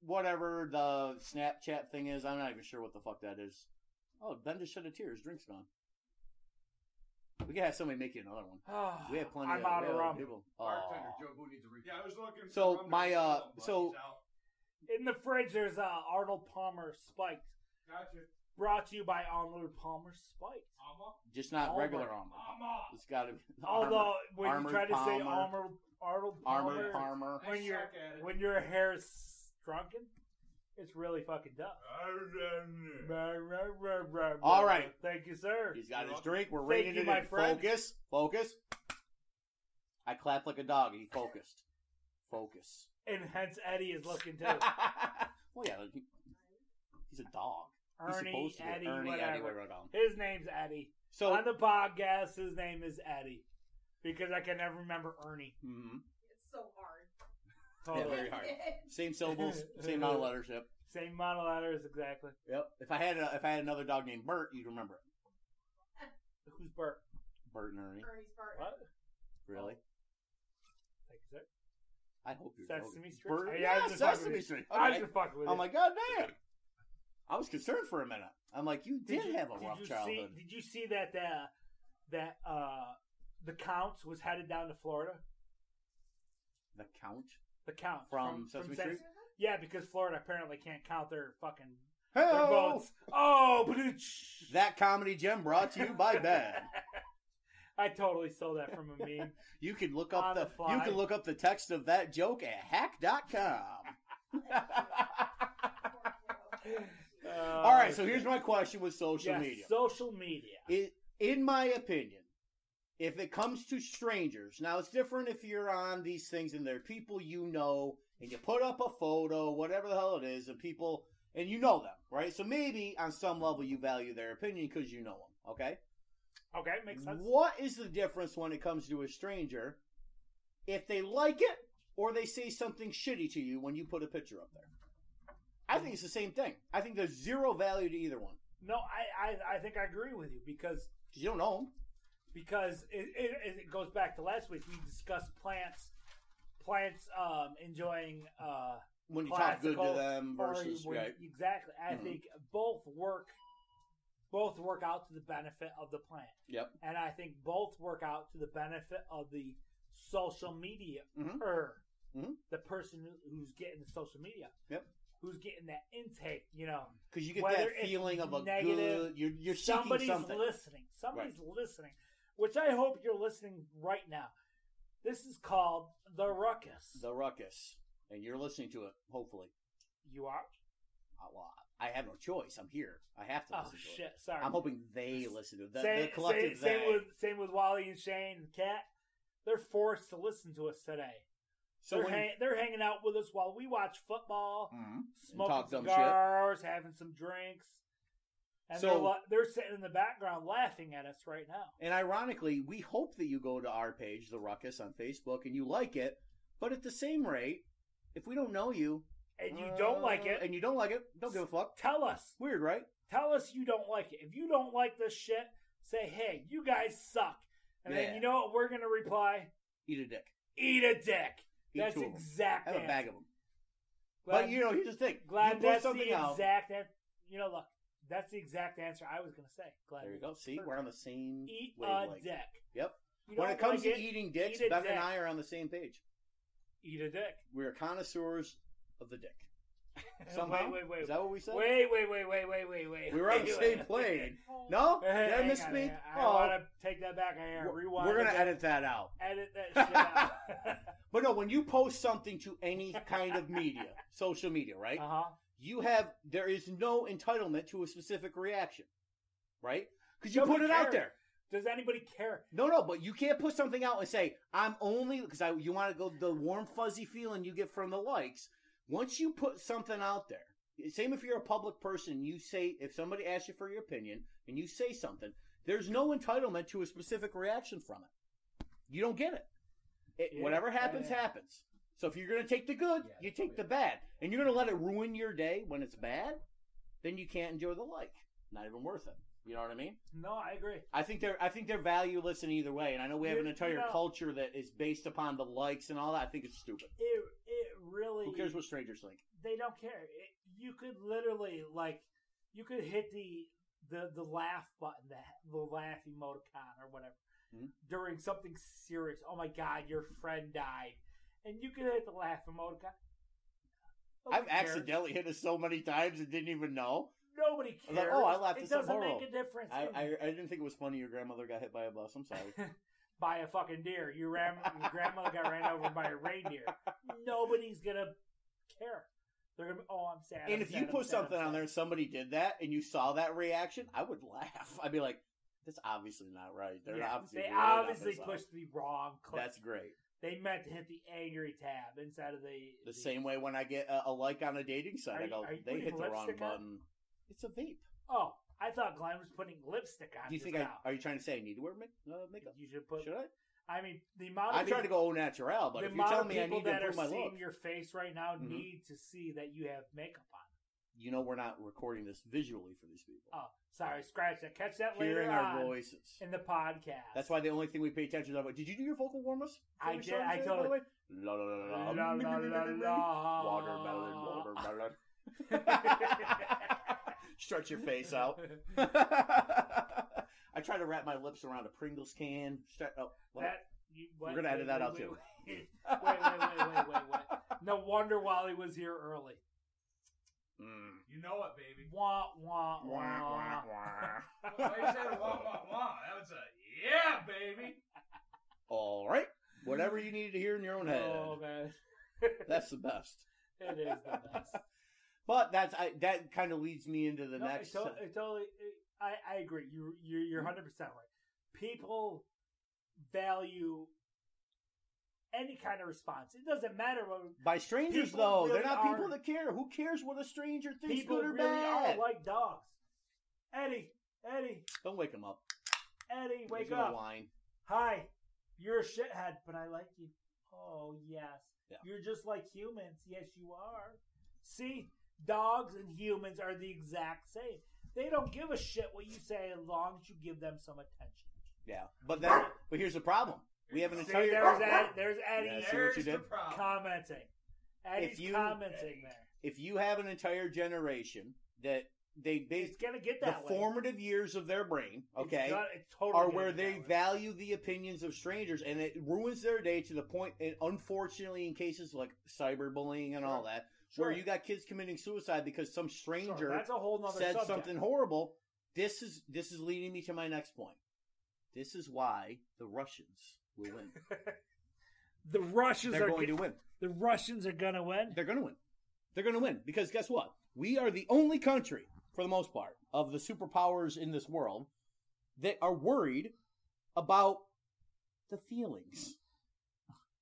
C: whatever the Snapchat thing is. I'm not even sure what the fuck that is. Oh, Ben just shed a tear. His drink's gone. We gotta have somebody make you another one. <sighs> We have plenty.
B: I'm
C: of,
B: out
C: we
B: of
C: have
B: rum.
C: People.
D: Bartender
C: Aw.
D: Joe Boo needs a recap.
E: Yeah, I was looking.
C: So,
E: for rum to
C: my, uh,
E: fill, but
C: so-
E: he's out.
B: In the fridge, there's uh, Arnold Palmer Spiked.
E: gotcha.
B: Brought to you by Arnold Palmer Spiked.
E: Mama,
C: Just not
B: Armor.
C: regular armor.
E: mama.
C: It's got to be <laughs>
B: Although when
C: Armored
B: you try to say
C: Palmer.
B: Arnold Arnold Palmer,
C: armor, armor.
E: I
B: when you're
E: suck at it.
B: when your hair is drunken, it's really fucking tough.
C: All right.
B: Thank you, sir.
C: He's got his drink. We're
B: Thank
C: rating
B: you,
C: it.
B: my
C: in.
B: friend.
C: Focus, focus. I clapped like a dog. and He focused. Focus.
B: And hence Eddie is looking
C: <laughs>
B: too.
C: well, yeah, he- he's a dog. He's
B: Ernie,
C: supposed to be
B: Eddie,
C: Ernie,
B: whatever.
C: Eddie, whatever. whatever.
B: His name's Eddie.
C: So,
B: On the podcast, his name is Eddie. Because I can never remember Ernie.
C: mhm.
F: It's so hard.
C: Yeah,
B: Totally.
C: very
F: <laughs>
C: hard. same
B: <laughs>
C: syllables, same amount of letters. Yep.
B: Same amount of letters, exactly.
C: Yep. If I had a, if I had another dog named Bert, you'd remember it.
B: Who's Bert?
C: Bert and Ernie.
F: Ernie's part.
B: What?
C: Really?
B: Thank you, sir.
C: I hope you're
B: Sesame Street?
C: Bert?
B: Hey, I
C: yeah,
B: was just talking
C: Sesame
B: to-
C: Street.
B: I
C: Okay. Oh
B: was just fucking with
C: I'm
B: you.
C: like, God damn. I was concerned for a minute. I'm like, you did,
B: you-
C: have a rough
B: you
C: childhood.
B: See, did you see that the, that uh, the Count was headed down to Florida?
C: The count
B: The Count
C: from, Sesame Street.
B: Yeah, because Florida apparently can't count their fucking their
C: Hello.
B: votes. Oh, but
C: That comedy gem brought to you
B: <laughs>
C: by Ben.
B: I totally stole that from a meme.
C: You can look
B: On
C: up
B: the
C: the,
B: fly.
C: you
B: <laughs>
C: can look up the text of that joke at hack.com. <laughs> All right,
B: Uh,
C: so here's my question with social
B: yes,
C: media.
B: Social media.
C: it, in my opinion, if it comes to strangers, now it's different if you're on these things and they're people you know and you put up a photo, whatever the hell it is, and people and you know them, right? So maybe on some level you value their opinion because you know them, okay?
B: Okay, makes sense.
C: What is the difference when it comes to a stranger if they like it or they say something shitty to you when you put a picture up there? I think it's the same thing. I think there's zero value to either one
B: No, I, I, I think I agree with you because
C: because you don't know them.
B: because it, it, it goes back to last week. We discussed plants, plants um, enjoying. Uh,
C: when you talk good to
B: Classical
C: them
B: or
C: versus
B: when-
C: right.
B: exactly. I
C: Mhm.
B: think both work, both work out to the benefit of the plant.
C: Yep.
B: and I think both work out to the benefit of the social media
C: Mhm.
B: er,
C: Mhm.
B: the person who- who's getting the social media.
C: Yep.
B: Who's getting that intake? You know,
C: Because you get
B: Whether
C: that
B: it's
C: feeling of a
B: negative,
C: good. You're, you're seeking
B: somebody's
C: something.
B: listening. Somebody's listening, which I hope you're listening right now. This is called the ruckus.
C: the ruckus, and you're listening to it. Hopefully,
B: you are.
C: Uh, well, I have no choice. I'm here. I have to
B: Oh
C: listen to it.
B: shit! Sorry.
C: I'm hoping they listen to it. The,
B: same,
C: the collective
B: same,
C: they.
B: same with same with Wally and Shane and Kat. They're forced to listen to us today.
C: so
B: they're,
C: when,
B: hang, they're hanging out with us while we watch football.
C: Mhm.
B: smoking
C: talk dumb
B: cigars, having some drinks. And
C: So-
B: they're, la- they're sitting in the background laughing at us right now.
C: and ironically, we hope that you go to our page, the ruckus, on Facebook, and you like it. But at the same rate, if we don't know you
B: And you don't like
C: uh,
B: it,
C: and you don't like it, don't give a fuck.
B: tell us.
C: Weird, right?
B: Tell us you don't like it. If you don't like this shit, say, hey, you guys suck. And
C: Yeah.
B: then you know what we're going to reply?
C: Eat a dick.
B: Eat a dick.
C: Eat
B: That's
C: two of 'em.
B: exact
C: Have a
B: answer.
C: bag of them.
B: Glad,
C: but you know, here's the thing. you
B: glad
C: put
B: that's the
C: something out.
B: exact an- You know, look, that's the exact answer I was going to say. Glad
C: There you
B: we-
C: go. See, we're on the same
B: Eat a
C: wavelength.
B: dick.
C: Yep.
B: You
C: When
B: don't
C: it comes
B: like
C: to eating dicks,
B: eat a
C: Beck and
B: dick.
C: I are on the same page.
B: eat a dick. <laughs>
C: We are connoisseurs of the dick.
B: Wait,
C: Somehow,
B: wait, wait,
C: is that what we said?
B: Wait, wait, wait, wait, wait, wait, wait.
C: we were on the
B: Wait,
C: same
B: wait.
C: plane.
B: <laughs>
C: No,
B: Hey,
C: did I
B: hang on,
C: misspeak?
B: hang on. I
C: Oh,
B: want to take that back. I
C: we're-
B: rewind.
C: we're gonna
B: it.
C: edit that
B: <laughs>
C: out.
B: edit that shit out.
C: <laughs> But no, when you post something to any kind of media,
B: <laughs>
C: social media, <laughs> right?
B: uh huh.
C: You have there is no entitlement to a specific reaction, right? Because you put
B: Nobody
C: it out
B: cares.
C: there.
B: Does anybody care?
C: No, no, but you can't put something out and say I'm only because I you want to go the warm fuzzy feeling you get from the likes. Once you put something out there, same if you're a public person, you say if somebody asks you for your opinion and you say something, there's no entitlement to a specific reaction from it. You don't get it. It-
B: Yeah,
C: whatever happens,
B: yeah.
C: happens. So if you're going to take the good,
D: Yeah,
C: you
D: that's
C: take
D: weird.
C: the bad, and you're going to let it ruin your day when it's bad, then you can't enjoy the like. Not even worth it. You know what I mean?
B: No, I agree.
C: I think they're I think they're valueless in either way, and I know we have an
B: You-
C: entire
B: you know-
C: culture that is based upon the likes and all that. I think it's stupid.
B: It it really.
C: Who cares what strangers think?
B: They don't care. It, you could literally like, you could hit the the the laugh button, the the laugh emoticon or whatever
C: Mhm.
B: during something serious. Oh my god, your friend died, and you could hit the laugh emoticon.
C: I've
B: Nobody cares.
C: accidentally hit it so many times and didn't even know.
B: Nobody
C: I was
B: cares.
C: like, oh, I laughed
B: It
C: at something
B: doesn't
C: horrible.
B: make a difference.
C: I, I I didn't think it was funny. Your grandmother got hit by a bus. I'm
B: <laughs>
C: sorry.
B: by a fucking deer. Your, ram- your grandmother got ran over by a reindeer. Nobody's gonna care. They're gonna be, oh, I'm sad.
C: and
B: I'm
C: if
B: sad,
C: you
B: I'm
C: put
B: sad, I'm
C: something
B: sad."
C: on there and somebody did that and you saw that reaction, I would <laughs> laugh. I'd be like, "That's obviously not right. They're
B: Yeah,
C: obviously
B: they
C: really not
B: obviously
C: pissed off."
B: pushed the wrong click.
C: That's great.
B: they meant to hit the angry tab instead of the
C: The same way when I get a, a like on a dating site,
B: Are
C: I
B: you-
C: go,
B: are you
C: "They
B: putting
C: hit the wrong
B: lipstick on?
C: button." It's a vape.
B: Oh, I thought Glenn was putting lipstick on.
C: Do you
B: just
C: think I?
B: now.
C: Are you trying to say I need to wear make, uh, makeup?
B: you should put?
C: Should I?
B: I mean, the amount. Of
C: I try to
B: people-
C: go au natural, but
B: the
C: if you're
B: amount
C: telling
B: of
C: me I
B: people
C: need to
B: that are
C: improve my
B: seeing
C: look,
B: your face right now
C: Mhm.
B: need to see that you have makeup on.
C: you know we're not recording this visually for these people.
B: Oh, sorry, scratch that. Catch that later
C: Hearing
B: on
C: our voices.
B: in the podcast.
C: That's why the only thing we pay attention to. Did you do your vocal warm ups?
B: I did- I totally-
C: La la la
B: La,
C: la. <laughs>
B: la, la, la.
C: Watermelon, <laughs> watermelon.
B: <laughs>
C: Stretch your face out. I try to wrap my lips around a Pringles can. Stretch, oh, what?
B: That you, wait,
C: We're gonna edit
B: wait,
C: that
B: wait,
C: out
B: wait,
C: too.
B: Wait, wait, wait, wait, wait, wait, wait. No wonder Wally was here early.
C: Mm.
E: You know it, baby.
B: Wah wah
C: Wah,
B: wah.
C: wah, wah.
E: Why you saying wah wah wah? That was a yeah, baby.
C: All right.
B: <sighs>
C: Whatever
B: <laughs>
C: you needed to hear in your own head.
B: Oh man,
C: That's the best.
B: it is the best.
C: But that's I, that kind of leads me into the
B: No,
C: next. uh, Hmm.
B: It, to- it totally. It, I I agree. You you you're 100 percent right. People value any kind of response. It doesn't matter what
C: by strangers
B: people
C: though,
B: really
C: they're not people
B: are-
C: that care. Who cares what a stranger thinks
B: people
C: good or
B: really
C: bad?
B: are like dogs. Eddie, Eddie,
C: Don't wake him up.
B: Eddie,
C: He's
B: wake
C: gonna
B: up!
C: Whine.
B: Hi, you're a shithead, but I like you. Oh yes,
C: Yeah.
B: you're just like humans. Yes, you are. See, dogs and humans are the exact same. They don't give a shit what you say as long as you give them some attention.
C: Yeah, but that. But here's the problem. We have an
B: See,
C: entire.
B: there's Ed, there's
C: Yeah,
B: Eddie
C: see what you
D: the
C: did?
D: problem.
B: commenting. Eddie's
C: you-
B: commenting there.
C: if you have an entire generation that they base
B: It's gonna get
C: the
B: that way.
C: formative years of their brain,
B: It's
C: okay,
B: gonna- it's totally
C: are
B: gonna
C: where
B: get
C: they
B: that way.
C: value the opinions of strangers, and it ruins their day to the point. And unfortunately, in cases like cyberbullying and all
B: Sure.
C: that,
B: Sure.
C: where you got kids committing suicide because some
B: Sure,
C: stranger
B: that's a whole nother
C: said
B: subject.
C: something horrible. This is this is leading me to my next point. This is why the Russians will win.
B: The Russians
C: They're
B: are
C: going
B: g-
C: to win.
B: the Russians are gonna win.
C: They're going to win. They're going to win because guess what? We are the only country, for the most part, of the superpowers in this world that are worried about the feelings.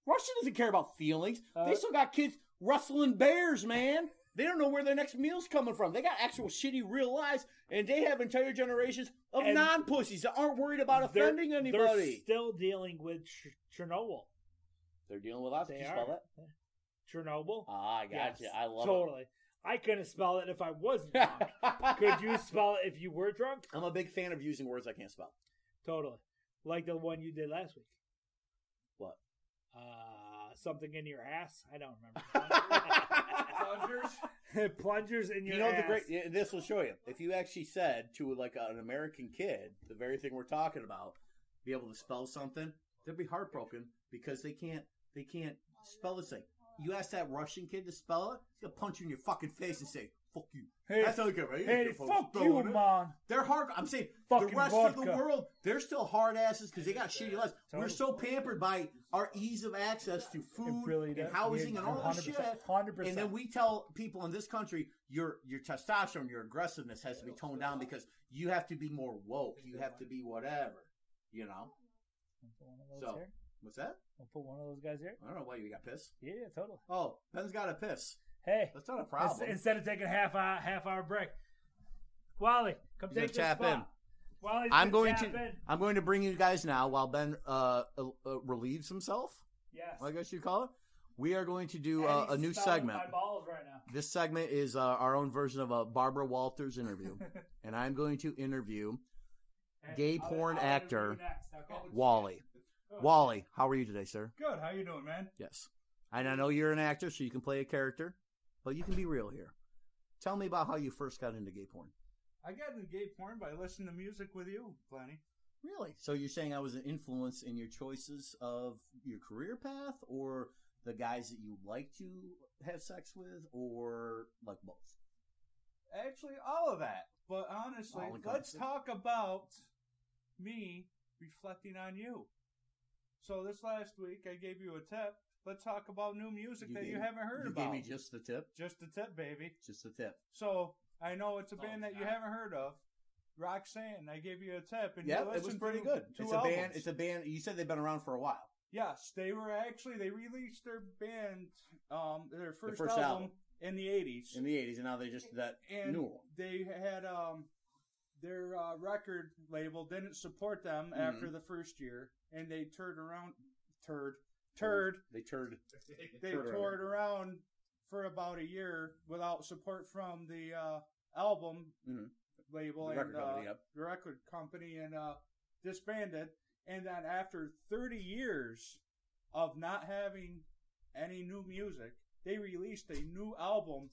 C: Russia doesn't care about feelings.
B: Uh,
C: they still got kids rustling bears, man. They don't know where their next meal's coming from. They got actual shitty real lives, and they have entire generations of
B: And
C: non pussies that aren't worried about
B: They're-
C: offending
B: They're
C: anybody.
B: still dealing with Ch- Chernobyl.
C: They're dealing with us.
B: They
C: Can you
B: are.
C: spell that?
B: Chernobyl.
C: Ah, I
B: Yes,
C: gotcha. I love
B: totally. I couldn't spell it if I
C: <laughs>
B: wasn't drunk.
C: it.
B: Could you spell it if you were drunk?
C: I'm a big fan of using words I can't spell.
B: Totally. Like the one you did last week.
C: What?
B: Uh, something in your ass. I don't
C: <laughs>
B: remember.
D: Plungers?
B: <laughs> Plungers in your
C: you know
B: ass.
C: the great. yeah, This will show you if you actually said to like an American kid the very thing we're talking about, be able to spell something, they'd be heartbroken because they can't they can't spell this thing. You ask that Russian kid to spell it, he's gonna punch you in your fucking face and say "fuck you."
B: Hey,
C: That's how you get right.
B: hey,
C: You're fucking
B: fuck you,
C: spelling it.
B: man.
C: They're hard. I'm saying
B: Fucking
C: the rest of the
B: vodka.
C: world, they're still hard asses because they got shitty lives. We're
B: Totally.
C: so pampered by our ease of access to food and housing and all this shit.
B: Hundred
C: And
B: percent.
C: then we tell people in this country your your testosterone, your aggressiveness has to be toned down because you have to be more woke. You have to be whatever. You know
B: put one of those
C: So.
B: here.
C: what's that?
B: I'll put one of those guys here.
C: I don't know why you got pissed.
B: Yeah, totally.
C: Oh, Ben's got a piss.
B: Hey,
C: That's not a problem.
B: ins- instead of taking a half hour half hour break, Wally, come
C: You're gonna
B: take this
C: tap
B: spot.
C: in.
B: Wally's
C: I'm
B: gonna
C: going to
B: tap in.
C: I'm going to bring you guys now while Ben uh, uh, uh, relieves himself.
B: Yes.
C: I guess you call it. We are going to do
B: And
C: uh, a
B: he's
C: new
B: smelling
C: segment.
B: My balls right now.
C: This segment is uh, our own version of a Barbara Walters
B: <laughs>
C: interview, and I'm going to interview
B: And
C: Gay
B: I'll-
C: porn
B: I'll
C: actor.
B: interview Next, okay?
D: <laughs>
C: Wally. Wally, how are you today, sir?
E: Good. How you doing, man?
C: Yes. And I know you're an actor, so you can play a character, but you can be real here. Tell me about how you first got into gay porn.
E: I got into gay porn by listening to music with you, Lenny.
C: Really? So you're saying I was an influence in your choices of your career path, or the guys that you like to have sex with, or like both?
E: Actually, all of that. But honestly,
C: All
E: let's
C: encompassing.
E: talk about me reflecting on you. So this last week, I gave you a tip. Let's talk about new music
C: You
E: that you
C: gave-
E: haven't heard
C: you
E: about.
C: gave me just the tip.
E: just a tip, baby.
C: Just the tip.
E: So I know it's a band that
D: it's
E: you
D: not.
E: haven't heard of, Roxanne. I gave you a tip, and
C: Yeah,
E: you
C: it was
E: listened
C: pretty
E: to
C: good.
E: two
C: It's a band.
E: albums.
C: It's a band. You said they've been around for a while.
E: Yes, they were actually they released their band, um, their first,
C: first
E: album,
C: album.
E: in the eighties,
C: in the '80s, and now they just that
E: and
C: new one.
E: they had um, their uh, record label didn't support them
C: Mm-hmm.
E: after the first year, and they turned around, turd, turd,
C: They turned.
E: they
C: Turd
E: toured around for about a year without support from the uh, album
C: Mhm.
E: label
C: The
E: and
C: record company,
E: uh,
C: yep.
E: the record company and uh, disbanded. And then after 30 years of not having any new music, they released a new album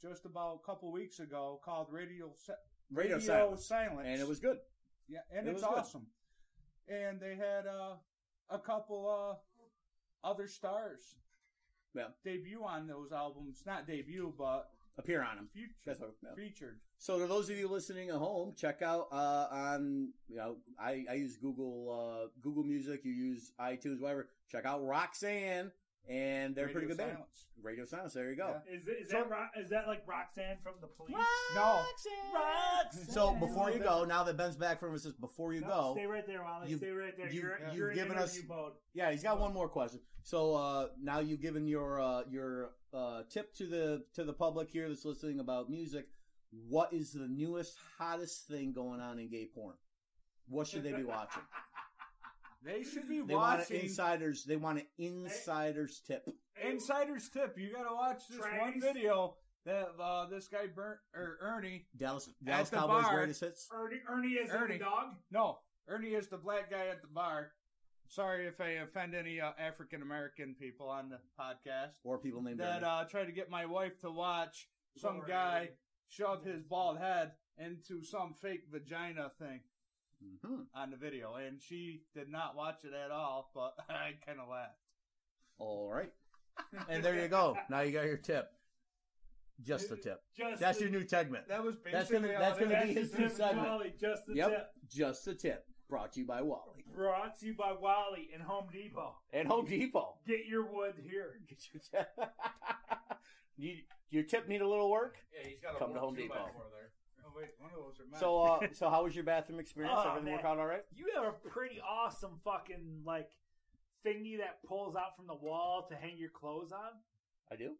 E: just about a couple weeks ago called Radio, Si-
C: Radio,
E: Silence.
C: Silence, and it was good.
E: yeah, and
C: It
E: it's
C: was good.
E: awesome. And they had uh, a couple uh, other stars
C: Yeah.
E: debut on those albums. Not debut, but
C: Appear on them. That's
E: featured.
C: what, yeah.
E: Featured.
C: So to those of you listening at home, check out uh, on you know I, I use Google uh, Google Music, you use iTunes, whatever. Check out Roxanne and they're a pretty
E: Radio
C: good band.
E: Silence.
C: Radio Silence. There you go.
E: Yeah.
B: Is, it, is,
E: So-
B: that Ro- is that like Roxanne from the police?
E: No.
B: Roxanne!
C: So before you go, now that Ben's back from his, before you
B: No,
C: go,
B: stay right there, Wally.
C: you've-
B: stay right there.
C: you've-
B: You're,
C: yeah.
B: you're
C: you've
B: in
C: given us-
B: interview mode.
C: yeah, he's got one more question. So uh, now you've given your uh, your uh, tip to the to the public here that's listening about music. What is the newest hottest thing going on in gay porn? What <laughs> should they be watching?
E: They should be
C: They want an
E: watching
C: insider's. They want an insider's tip.
E: Insider's Tip. You got to watch this
B: Trace.
E: one video that uh, this guy burnt or Ernie.
C: Dallas Dallas
E: the
C: Cowboys
E: bar.
C: greatest hits.
B: Ernie, Ernie is
E: Ernie.
B: in the dog.
E: No, Ernie is the black guy at the bar. Sorry if I offend any uh, African American people on the podcast.
C: or people named
E: That
C: Ernie.
E: uh, tried to get my wife to watch some
B: Sorry.
E: guy shove his bald head into some fake vagina thing
C: Mhm.
E: on the video, and she did not watch it at all. But <laughs> I kind of laughed.
C: All right, and
B: <laughs>
C: there you go. Now you got your tip. Just a tip.
B: Just
C: That's
B: the-
C: your new segment.
E: That was
C: That's gonna-
E: basically all
C: that's
E: it
C: gonna
B: that's
E: is.
C: <laughs> be
B: the
C: his
B: tip,
C: segment.
B: Wally, just the tip.
C: Yep, just a tip. Brought to you by Wally
B: Brought to you by Wally and Home Depot.
C: and Home <laughs> Depot.
B: Get your wood here.
C: Get your tip. <laughs> you, your tip need a little work.
D: Yeah, he's got a
C: Come to
D: one
C: Home
D: two by
C: Depot.
D: four there.
E: Oh wait, one of those are mine.
C: So, uh, <laughs> so how was your bathroom experience?
B: Oh,
C: Everything work
B: man.
C: out all right?
B: You have a pretty awesome fucking like thingy that pulls out from the wall to hang your clothes on.
C: I do.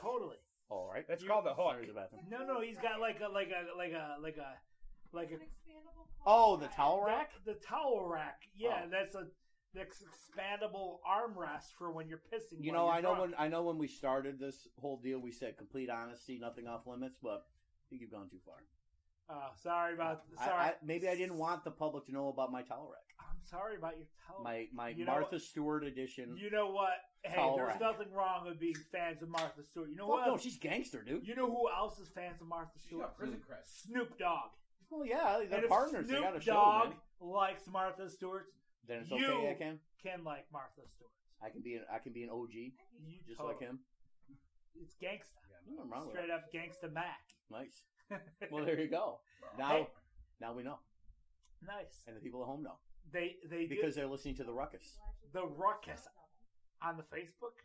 B: Totally.
C: All right.
E: That's called a hook.
C: There's the bathroom.
B: No, no, he's got like a like a like a like a like a
C: Oh, the towel rack.
B: The, the towel rack. Yeah,
C: Oh.
B: that's a that's expandable armrest for when you're pissing.
C: You
B: while
C: know,
B: you're
C: I know
B: drunk.
C: when I know when we started this whole deal, we said complete honesty, nothing off limits, but I think you've gone too far.
B: Oh, sorry about
C: I-
B: sorry.
C: I, maybe I didn't want the public to know about my towel rack.
B: I'm sorry about your towel.
C: my my
B: Oh, You know
C: Martha Stewart edition.
B: You know what? Hey,
C: Towel
B: there's
C: rack.
B: nothing wrong with being fans of Martha Stewart. You know
C: Fuck
B: what?
C: no, she's gangster, dude.
B: you know who else is fans of Martha
D: She's
B: Stewart?
D: got prison crest. <laughs>
B: Snoop Dogg.
C: Well, Oh, yeah,
B: and
C: they're
B: if
C: partners.
B: Snoop
C: they got a show,
B: Dogg
C: man.
B: likes Martha Stewart.
C: Then it's
B: you-
C: okay. I can
B: Can like Martha Stewart.
C: I can be an I can be an OG
B: You
C: just
B: totally-
C: like him.
B: It's gangsta.
C: Nothing wrong with
B: Oh, Straight
C: that.
B: up gangsta Mac.
C: Nice.
B: <laughs>
C: Well, there you go. Now
B: Hey.
C: now we know,
B: Nice.
C: and the people at home know
B: They they do-
C: because they're listening to the ruckus
B: the ruckus on the Facebook.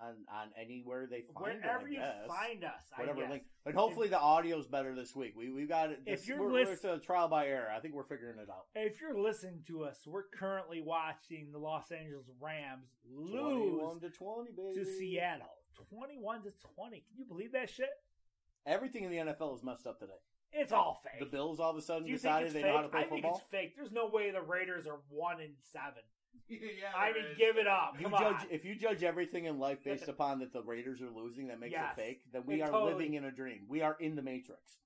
C: on on anywhere they find it, I
B: Wherever you
C: guess.
B: find us, I
C: Whatever
B: guess.
C: link, and hopefully the audio's better this week. We we got it. This,
B: If you're
C: we're,
B: lis-
C: it's a trial by error. I think we're figuring it out.
B: If you're listening to us, we're currently watching the Los Angeles Rams lose
C: Twenty-one to twenty, baby.
B: to Seattle, twenty-one to twenty. Can you believe that shit?
C: Everything in the NFL is messed up today.
B: It's all fake.
C: The Bills all of a sudden
B: Do you think
C: decided
B: it's
C: they
B: fake?
C: know how to
B: I
C: play
B: think
C: football.
B: it's fake. There's no way the Raiders are one in seven.
D: yeah,
B: I
D: there
B: mean,
D: is.
B: give it up.
C: You
B: Come on.
C: judge if you judge everything in
B: <laughs>
C: life based upon that the Raiders are losing that makes
B: Yes.
C: it fake, then we
B: It
C: are
B: totally-
C: living in a dream. We are in the Matrix.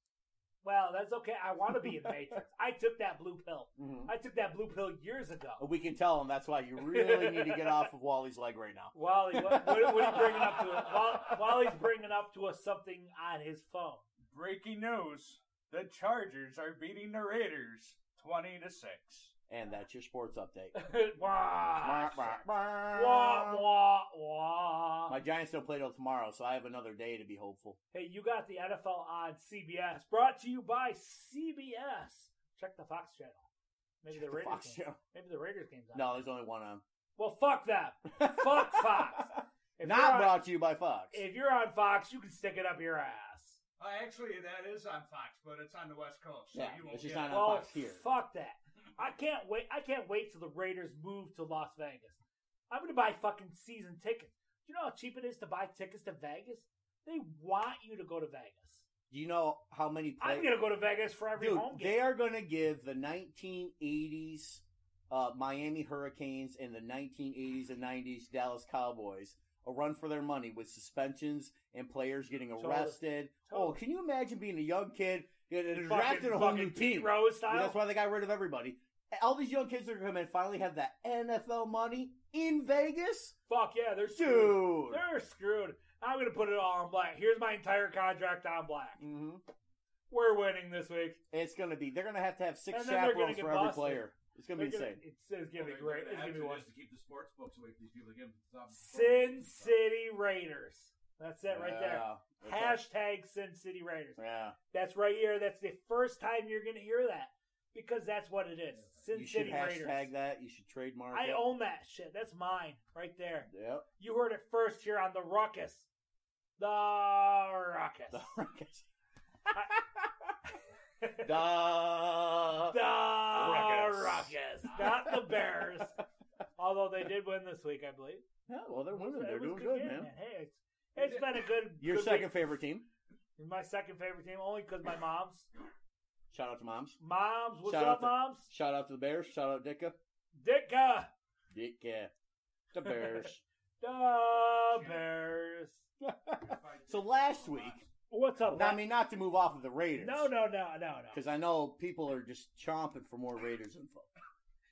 B: Well, that's okay. I want to
C: <laughs>
B: be in Matrix. I took that blue pill. I took that blue pill years ago.
C: Oh, Uh, We can tell them that's why you really need to get off
B: <laughs>
C: of Wally's leg right now.
B: Wally, what, what, what are you bringing up
C: <laughs>
B: to us? Wall, Wally's bringing up to us something on his
D: <laughs>
B: phone.
E: Breaking news: The Chargers are beating the Raiders twenty to six.
C: And that's your sports update.
B: wah,
C: Wah, wah, wah.
B: Ah, wah, wah, wah.
C: My Giants don't play till tomorrow, so I have another day to be hopeful.
B: Hey, you got the NFL on CBS. Brought to you by CBS. Check the Fox channel. Maybe the
C: The
B: Raiders.
C: Fox
B: game.
C: show.
B: Maybe the Raiders game's on.
C: <laughs> No, there's only one on.
B: Well, fuck them.
C: <laughs>
B: Fuck Fox. If you're
C: Not
B: on,
C: brought to you by Fox.
B: If you're on Fox, you can stick it up your ass.
E: Uh, actually, that is on Fox, but it's on the West Coast, so
C: Yeah,
E: you won't
C: it's just
E: get
C: not
E: it.
C: on-
B: Well,
C: Fox here.
B: fuck that. I can't wait. I can't wait till the Raiders move to Las Vegas. I'm gonna buy fucking season tickets. Do you know how cheap it is to buy tickets to Vegas? They want you to go to Vegas.
C: Do you know how many play-
B: I'm gonna go to Vegas for every
C: Dude,
B: home game.
C: they are going to give the 1980s uh, Miami Hurricanes and the 1980s and 90s Dallas Cowboys a run for their money with suspensions and players getting
B: Totally.
C: arrested. Oh,
B: Totally.
C: can you imagine being a young kid that is
B: Fucking-
C: drafted a whole
B: fucking
C: new team?
B: Pete Rose
C: Yeah,
B: style.
C: That's why they got rid of everybody. All these young kids are going to come and finally have that NFL money in Vegas,
B: Fuck yeah, they're screwed.
C: dude.
B: They're screwed. I'm gonna put it all on black. Here's my entire contract on black.
C: hmm
B: We're winning this week.
C: It's going to be. They're going to have to have six
B: And then they're gonna
C: chaperones
B: get
C: for every
B: busted.
C: player. It's going to be
B: They're gonna-
C: insane.
B: It's, it's gonna be
D: They're
B: great.
D: gonna
B: It's
D: have to
B: gonna be wonderful.
D: just to keep the sports books away from these people again.
B: Sin City Raiders. That's it right there.
C: Yeah.
B: Hashtag Sin City Raiders.
C: Yeah.
B: That's right here. That's the first time you're going to hear that. because that's what it is. Sin
C: you should
B: City
C: hashtag
B: Raiders.
C: that. You should trademark
B: I
C: it.
B: own that shit. That's mine right there.
C: Yep.
B: You heard it first here on the Ruckus. The Ruckus. <laughs>
C: The <laughs> Ruckus.
B: The,
C: Duh. Ruckus.
B: Ruckus. Not the
C: <laughs>
B: Bears. Although they did win this week, I believe.
C: Yeah, well, they're
B: It
C: winning.
B: was-
C: Oh, They're
B: it was
C: doing good,
B: game,
C: man.
B: Hey, it's, it's been a good.
C: Your
B: good
C: second
B: week.
C: favorite team.
B: My second favorite team, only because my mom's.
C: Shout out to moms.
B: Moms, what's
C: Shout out
B: up,
C: to-
B: moms?
C: Shout out to the Bears. Shout out Dicka.
B: Dicka,
C: Dicka. The Bears.
B: the Bears.
C: so last week,
B: What's up?
C: now, I
B: Lon?
C: mean, not to move off of the Raiders.
B: no, no, no, no, no.
C: Because I know people are just chomping for more Raiders info.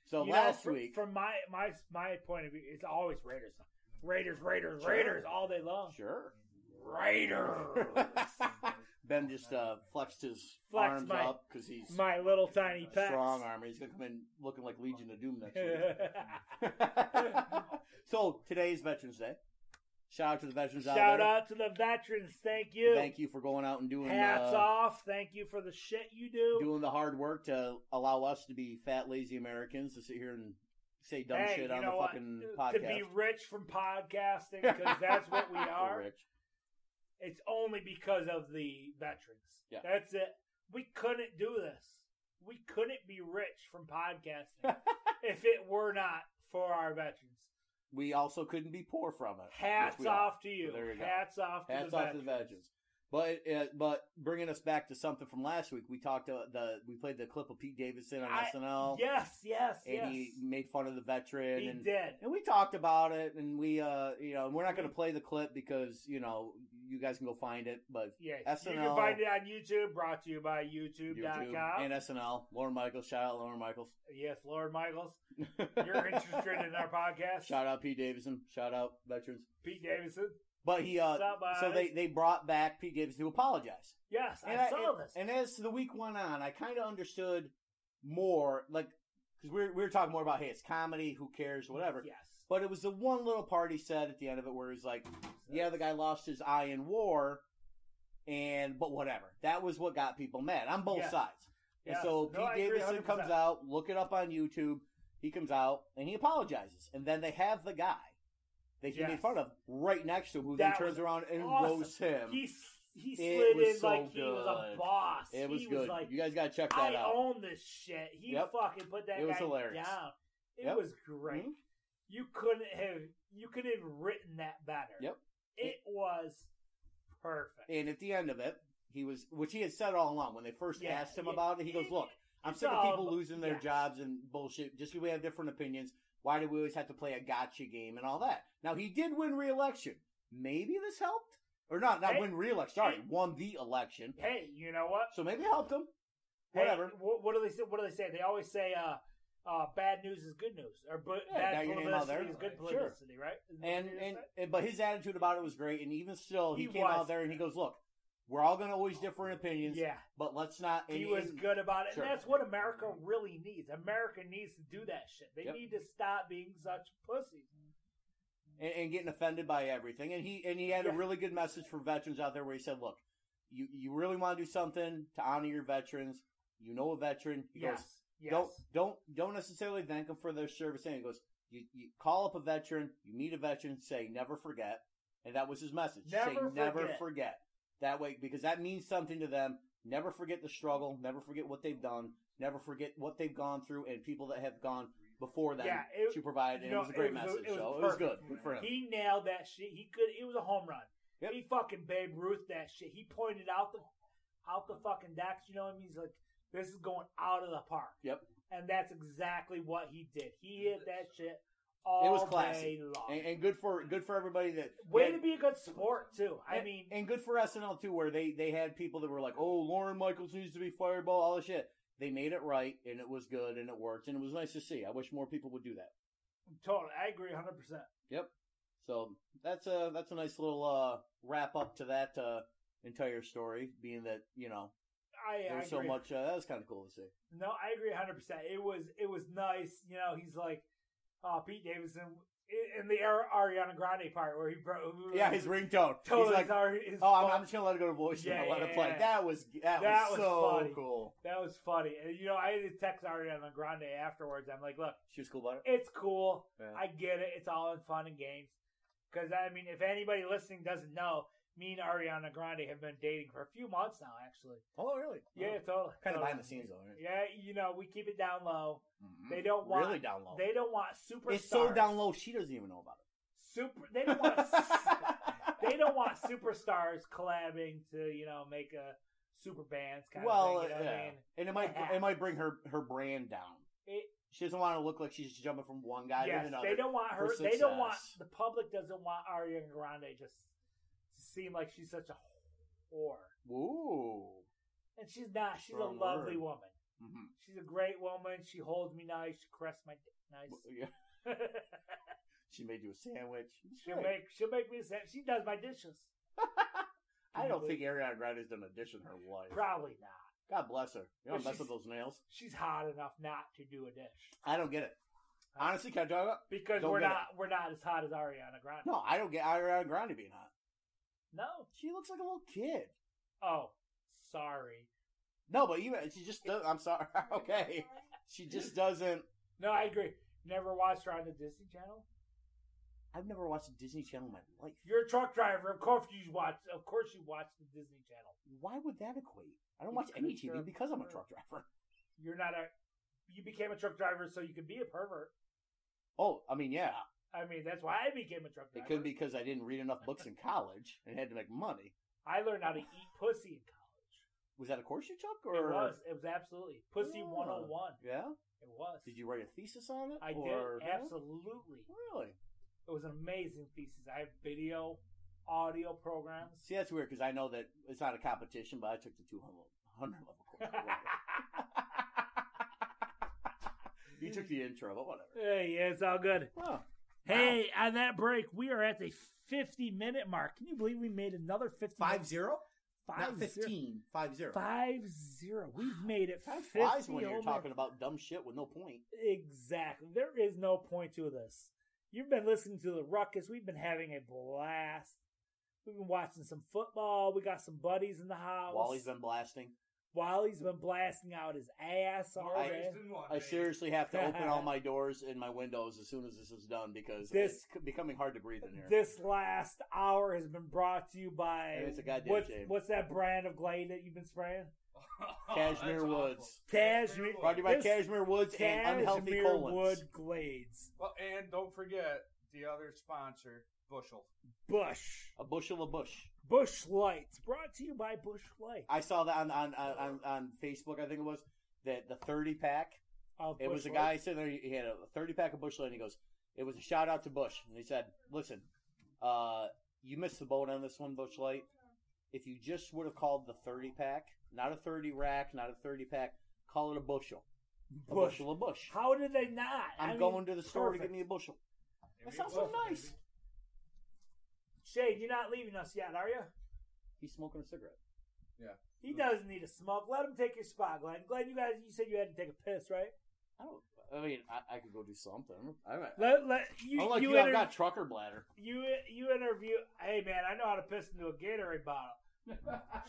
C: So
B: You know,
C: last
B: fr-
C: week,
B: from my my my point of view, it's always Raiders, Raiders, Raiders,
C: Sure.
B: Raiders all day long.
C: <laughs>
B: <laughs>
C: sure. <laughs>
B: Raiders.
E: <laughs>
C: ben just uh, flexed his
B: Flexed
C: arms
B: my-
C: up because he's
B: my little tiny pets.
C: strong arm. He's gonna come in looking like Legion of Doom next
B: <laughs>
C: week. <laughs>
B: Shout
C: so today is Veterans Day. Shout out to the veterans out there.
B: out to the veterans. Thank you.
C: Thank you for going out and doing
B: Hats
C: uh,
B: off. Thank you for the shit you do.
C: doing the hard work to allow us to be fat, lazy Americans to sit here and say dumb
B: hey,
C: shit
B: you
C: on the
B: know what?
C: fucking
B: To
C: podcast.
B: be rich
C: <laughs>
B: from podcasting because that's what we
C: We're
B: are.
C: rich.
B: It's only because of the veterans.
C: Yeah.
B: That's it. We couldn't do this. We couldn't be rich
C: <laughs>
B: from podcasting if it were not for our veterans.
C: We also couldn't be poor from it.
B: Hats
C: Yes, we are.
B: off to you.
C: There you go.
B: Hats off to
C: Hats
B: the
C: off to
B: veterans.
C: the veterans. But uh, but bringing us back to something from last week, we talked uh, the we played the clip of Pete Davidson on
B: I-
C: SNL,
B: Yes, yes,
C: and
B: yes.
C: he made fun of the veteran,
B: He
C: and
B: did.
C: and we talked about it, and we uh you know we're not going to play the clip because you know you guys can go find it, but
B: Yeah, you
C: SNL.
B: can find it on YouTube. Brought to you by YouTube.com.
C: YouTube and SNL, Lauren Michaels, shout out Lauren Michaels,
B: yes,
C: <laughs>
B: Lord Michaels, you're interested in our podcast.
C: shout out Pete Davidson, shout out veterans,
B: Pete Davidson.
C: but he uh
B: What's up,
C: so
B: guys?
C: they they brought back Pete Davidson to apologize.
B: Yes,
C: And
B: I,
C: I-
B: saw this.
C: And as the week went on, I kind of understood more, like, because we were, we were talking more about, hey, it's comedy, who cares, whatever.
B: Yes.
C: But it was the one little part he said at the end of it where he's like, yeah, the guy lost his eye in war, and, but whatever. That was what got people mad on both
B: Yes.
C: sides.
B: Yes.
C: And so
B: No, I
C: Pete
B: agree
C: Davidson comes
B: 100%.
C: out, look it up on YouTube. He comes out and he apologizes. And then they have the guy that he made
B: Yes.
C: fun of right next to him, who
B: That
C: then turns
B: was
C: around and
B: awesome.
C: roasts him.
B: He s-
C: um,
B: he
C: It
B: slid
C: was
B: in
C: so
B: like he was a
C: good.
B: boss.
C: It was
B: he
C: good.
B: was like,
C: you guys gotta check that
B: I
C: out.
B: own this shit. He
C: Yep.
B: fucking put that
C: It was
B: guy
C: hilarious.
B: down. It
C: Yep.
B: was great.
C: Mhm.
B: You couldn't have you could have written that better.
C: Yep.
B: It was perfect.
C: And at the end of it, he was, which he had said all along when they first
B: Yeah,
C: asked him
B: yeah.
C: about it. He goes, "Look, I'm
B: It's
C: sick of
B: all
C: people
B: about-
C: losing their
B: yeah.
C: jobs and bullshit. Just because we have different opinions, why do we always have to play a gotcha game and all that?" Now he did win re-election. Maybe this helped, or not? Not
B: Hey,
C: win re-election. Sorry,
B: hey.
C: won the election.
B: Hey, you know what?
C: So maybe it helped him.
B: Hey,
C: Whatever.
B: what, what do they say? What do they say? They always say, uh, uh, "Bad news is good news," or bu-
C: Yeah, got
B: "Bad
C: your name out
B: publicity
C: there.
B: is good
C: Right. Sure.
B: publicity," right? Isn't that
C: And,
B: what you
C: and
B: said?
C: and but his attitude about it was great. And even still, he,
B: He
C: came
B: was.
C: out there and he goes, "Look, we're all going to always different opinions,
B: yeah,
C: but let's not."
B: he
C: and-
B: was
C: and-
B: good about it.
C: Sure. Mm-hmm.
B: And that's what America really needs. America needs to do that shit. They
C: Yep.
B: need to stop being such pussies.
C: and, and getting offended by everything. And he and he had a
B: Yeah.
C: really good message for veterans out there where he said, "Look, you you really want to do something to honor your veterans. You know a veteran. He
B: yes.
C: goes,
B: Yes.
C: don't don't don't necessarily thank them for their service. And he goes, you, you call up a veteran, you meet a veteran, say never forget, and that was his message. say
B: Never
C: never
B: forget.
C: forget. That way, because that means something to them. Never forget the struggle. Never forget what they've done. Never forget what they've gone through and people that have gone before them
B: Yeah, it-
C: to provide. And
B: no,
C: it was a great
B: it was a-
C: message.
B: it was
C: so it was good.
B: perfect.
C: Good for him.
B: He nailed that shit. He could. It was a home run.
C: Yep.
B: He fucking Babe Ruth that shit. He pointed out the out the fucking decks. You know what I mean? He's like, this is going out of the park.
C: Yep.
B: And that's exactly what he did. He hit that shit all
C: was classy.
B: day long.
C: and, and good for good for everybody that
B: Way
C: that-
B: to be a good sport too. I
C: and-
B: mean,
C: and good for SNL too, where they they had people that were like, "Oh, Lauren Michaels needs to be fireball," all this shit. They made it right, and it was good, and it worked, and it was nice to see. I wish more people would do that.
B: totally. I agree, hundred percent.
C: So that's a that's a nice little uh, wrap up to that uh, entire story, being that you know
B: I
C: there
B: I
C: was so
B: agree.
C: much. Uh, that was kind of cool to see.
B: No, I agree 100%. It was it was nice, you know, he's like uh oh, Pete Davidson in- in the Ari- Ariana Grande part where he broke.
C: Yeah, his ringtone.
B: totally.
C: He's like,
B: sorry, his
C: oh, I'm,
B: phone-
C: I'm just gonna let it go to voicemail.
B: Yeah,
C: let
B: yeah,
C: it play.
B: yeah.
C: That was that,
B: That
C: was,
B: was
C: so
B: funny.
C: cool.
B: that was funny. And you know, I had to text Ariana Grande afterwards. I'm like, look,
C: She was cool about it.
B: it's cool.
C: Yeah.
B: I get it. It's all in fun and games. Because, I mean, if anybody listening doesn't know, me and Ariana Grande have been dating for a few months now, actually.
C: oh, really?
B: Yeah,
C: Oh.
B: totally.
C: kind of
B: Totally.
C: behind the scenes though. Right?
B: Yeah, you know, we keep it down low.
C: Mhm.
B: They don't want.
C: really down low.
B: They don't want super.
C: it's so down low. She doesn't even know about it.
B: Super. They don't want. <laughs>
C: <laughs>
B: they don't want superstars collabing to you know make a super bands kind
C: well,
B: of thing. You know what
C: yeah.
B: I mean?
C: and it might
B: Yeah.
C: it might bring her her brand down.
B: It-
C: she doesn't want to look like she's jumping from one guy
B: yes,
C: to another.
B: they don't want her.
C: for
B: They don't want
C: success.
B: the public doesn't want Ariana Grande just to seem like she's such a whore,
C: Ooh.
B: and she's not. She's
C: Strong
B: a lovely
C: word.
B: woman.
C: Mhm.
B: She's a great woman. She holds me nice. She caresses my dick nice.
C: Yeah. <laughs> She made you a sandwich.
B: <laughs> she'll
C: Hey,
B: make she'll make me. sa- She does my dishes.
C: <laughs> I don't think Ariana Grande's done a dish in her life.
B: Probably not.
C: God bless her. You don't
B: But
C: mess
B: she's-
C: with those nails.
B: She's hot enough not to do a dish
C: I don't get it. Honestly, can I talk about?
B: because
C: Don't
B: we're
C: get
B: not we're not as hot as Ariana Grande.
C: No, I don't get Ariana Grande being hot.
B: No.
C: She looks like a little kid.
B: Oh, sorry.
C: No, but even she just. does- I'm sorry. <laughs> Okay, she just doesn't.
B: No, I agree. Never watched her on the Disney Channel.
C: I've never watched a Disney Channel in my life.
B: You're a truck driver. Of course you watch. Of course you watch the Disney Channel.
C: Why would that equate? I don't watch any TV because I'm a truck driver.
B: You're not a. You became a truck driver so you could be a pervert.
C: Oh, I mean, yeah,
B: I mean, that's why I became a truck driver.
C: it could be because I didn't read enough books in college and had to make money.
B: I learned how to eat pussy in college.
C: Was that a course you took? Or
B: It was. It was absolutely pussy
C: Yeah.
B: 101.
C: Yeah.
B: It was.
C: Did you write a thesis on it?
B: I
C: or-
B: did absolutely.
C: Really?
B: It was an amazing thesis. I have video, audio programs.
C: See, that's weird because I know that it's not a competition, but I took the 200 level- 100 level
B: <laughs>
C: course. you took the intro, but whatever.
B: Hey, yeah, it's all good.
C: Oh,
B: Hey, on that break, we are at the 50 minute mark. Can you believe we made another 50
C: five
B: minutes?
C: zero,
B: Five
C: not
B: zero.
C: fifteen, five zero.
B: Five zero. We've made it.
C: Time
B: 50
C: flies when you're
B: over-
C: talking about dumb shit with no point.
B: Exactly. There is no point to this. You've been listening to the ruckus. We've been having a blast. We've been watching some football. We got some buddies in the house.
C: Wally's been blasting.
B: Wally's been blasting out his ass
D: I,
B: already.
C: I
D: <laughs>
C: seriously have to open
B: <laughs>
C: all my doors and my windows as soon as this is done because
B: This-
C: it's c- becoming hard to breathe in here.
B: This last hour has been brought to you by
C: It's a goddamn
B: what's,
C: shame.
B: what's that brand of Glade that you've been spraying?
D: Oh,
C: Cashmere Woods.
B: Cashmere-
D: Woods.
B: Brought
C: Brought to you by
B: This-
C: Cashmere Woods and Unhealthy
B: Cashmere
C: Colons.
B: Wood Glades.
E: Well, and don't forget the other sponsor, Bushel.
B: Bush.
C: A bushel of bush.
B: Bush Lights. Brought to you by Bush Light.
C: I saw that on on, on, on, on Facebook, I think it was, that the 30 pack.
B: Of
C: It
B: Busch
C: was a
B: Uh, Light.
C: guy sitting there, he had a 30 pack of Bush Light, and he goes, It was a shout out to Bush. And he said, Listen, uh, you missed the boat on this one, Bush Light. If you just would have called the 30 pack, not a 30 rack, not a 30 pack, call it a bushel. A
B: Bush.
C: bushel of bush.
B: How did they not?
C: I'm
B: I mean,
C: going to the store to get
B: perfect.
C: me a bushel. That sounds so
D: Well,
C: nice.
B: Shade, you're not leaving us yet, are you?
C: He's smoking a cigarette.
B: He doesn't need a smoke. Let him take your spot, Glenn. Glenn, you guys, you said you had to take a piss, right?
C: I don't. I mean, I, I could go do something. I don't.
B: Let let you
C: Unlike you,
B: you,
C: I've
B: inter-
C: got trucker bladder. <laughs>
B: you you interview. Hey man, I know how to piss into a Gatorade bottle.
D: <laughs>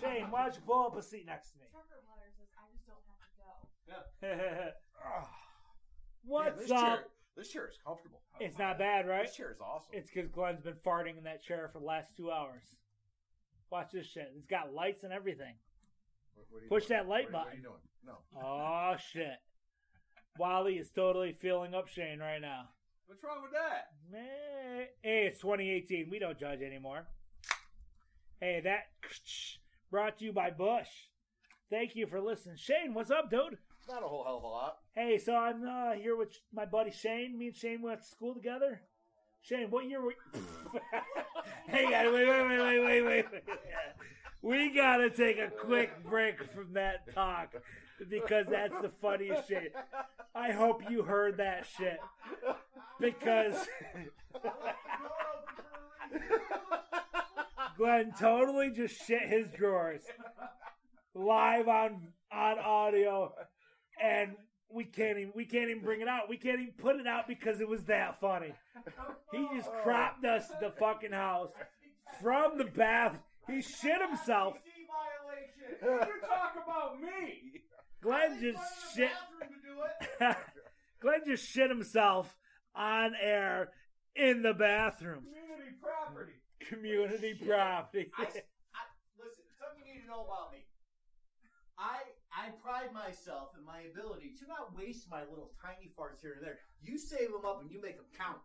B: Shane, why don't you pull up a seat next to me? <laughs>
F: Tucker Blatter says, I just don't have to go.
D: Yeah,
B: What's
D: this
B: up?
D: Chair, this chair is comfortable.
B: It's not bad, right?
D: This chair is awesome.
B: It's because Glenn's been farting in that chair for the last two hours. Watch this shit. It's got lights and everything.
D: What- what are you
B: Push
D: doing?
B: that light
D: What are- What are
B: button.
D: you doing? No.
B: Oh shit! Wally is totally filling up Shane right now.
D: What's wrong with that?
B: Man, hey, it's 2018. We don't judge anymore. Hey, that <sniffs> brought to you by Bush. Thank you for listening, Shane. What's up, dude?
C: Not a whole hell of a lot.
B: Hey, so I'm uh, here with my buddy Shane. Me and Shane went to school together. Shane, what year were? <laughs> hey guys, wait, wait, wait, wait, wait, wait, wait. We gotta take a quick break from that talk because that's the funniest shit. I hope you heard that shit because Glenn totally just shit his drawers live on on audio, and we can't even we can't even bring it out. We can't even put it out because it was that funny. He just cropped us the fucking house from the bath. He shit himself.
D: FCC violation.
E: You talk about <laughs> me.
B: Glenn just shit. <laughs> Glenn just shit himself on air in the bathroom.
E: Community property.
B: Community
C: Shit.
B: property.
C: I, I, listen, something you need to know about me. I I pride myself in my ability to not waste my little tiny farts here and there. You save them up and you make them count.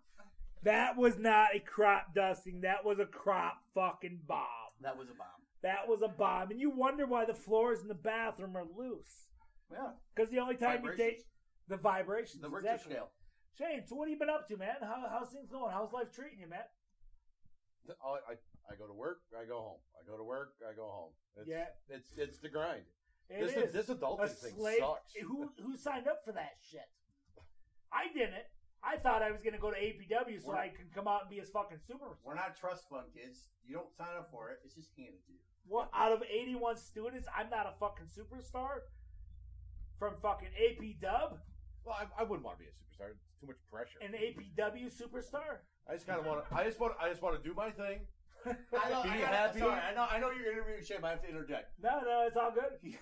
B: That was not a crop dusting. That was a crop fucking bomb.
C: That was a bomb.
B: That was a bomb. And you wonder why the floors in the bathroom are loose.
C: Yeah.
B: Because the only time you take
C: Vibrations.
B: the vibrations.
C: The Richter
B: exactly.
C: scale.
B: Shane, so what have you been up to, man? How, how's things going? How's life treating you, man?
D: I, oh, I, I go to work. I go home. I go to work. I go home. It's,
B: Yeah.
D: it's it's the grind.
B: It
D: this
B: is.
D: this adulting
B: a
D: thing
B: slave.
D: sucks.
B: <laughs> Who who signed up for that shit? I didn't. I thought I was going to go to APW so
C: We're-
B: I could come out and be his fucking super.
C: We're not trust fund kids. You don't sign up for it. It's just handed to you.
B: What out of eighty one students, I'm not a fucking superstar from fucking AP Dub
D: Well, I, I wouldn't want to be a superstar. It's too much pressure.
B: and APW superstar.
D: I just kind of want to. I just want. I just want to do my thing.
C: I know,
D: Be
C: I gotta-
D: happy.
C: Sorry, I know. I know you're interviewing Shane, but I have to interject. <laughs>
B: No, no, it's all good.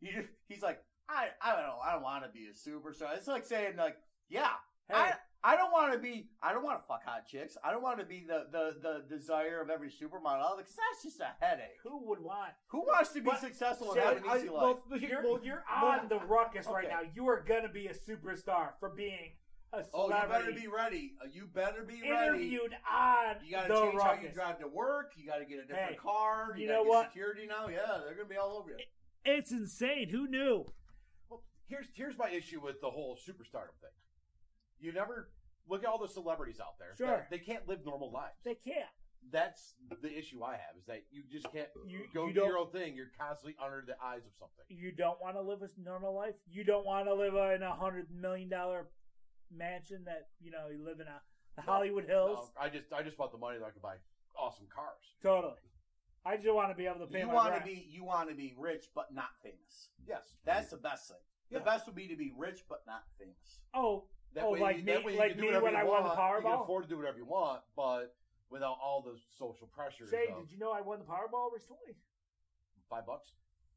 C: You- He's like, I, I don't, I don't want to be a superstar. It's like saying, like, yeah,
B: Hey,
C: I, I don't want to be. I don't want to fuck hot chicks. I don't want to be the, the, the desire of every supermodel because that's just a headache.
B: who would want?
C: Who wants to be
B: But-
C: successful and
B: Shane,
C: have an easy life?
D: well, the-
B: You're,
D: well,
B: you're
D: well,
B: on the ruckus right
C: okay.
B: now. You are going to be a superstar for being a
C: oh,
B: celebrity.
C: you better be ready. Uh, You better be ready.
B: interviewed on
C: You gotta
B: the
C: change
B: ruckus.
C: how you drive to work. You gotta get a different
B: Hey,
C: car. You,
B: you
C: gotta
B: know
C: get
B: what?
C: security now. Yeah, they're gonna be all over you.
B: It's insane. Who knew?
D: Well, here's here's my issue with the whole superstardom thing. You never look at all the celebrities out there.
B: Sure.
D: they, they can't live normal lives.
B: They can't.
D: That's the issue I have is that you just can't
B: You-
D: go
B: you
D: do
B: don't-
D: your own thing. You're constantly under the eyes of something.
B: You don't want to live a normal life. You don't want to live in a hundred million dollar mansion that you know you live in a the Hollywood Hills.
D: No, Um, I just I just want the money that I can buy awesome cars.
B: Totally. I just want to be able to pay
C: You
B: my
C: want
B: rent.
C: to be you want to be rich but not famous.
D: Yes,
C: That's the best thing. The
D: Yeah.
C: best would be to be rich but not famous.
B: oh,
D: That
B: Oh,
D: way
B: like
D: you,
B: me-
D: that way you
B: like
D: can do
B: me
D: whatever
B: when
D: you
B: I won
D: want.
B: the
D: You can
B: Powerball?
D: afford to do whatever you want, but without all the social pressures.
B: Shane,
D: of
B: did you know I won the Powerball recently?
D: Five bucks.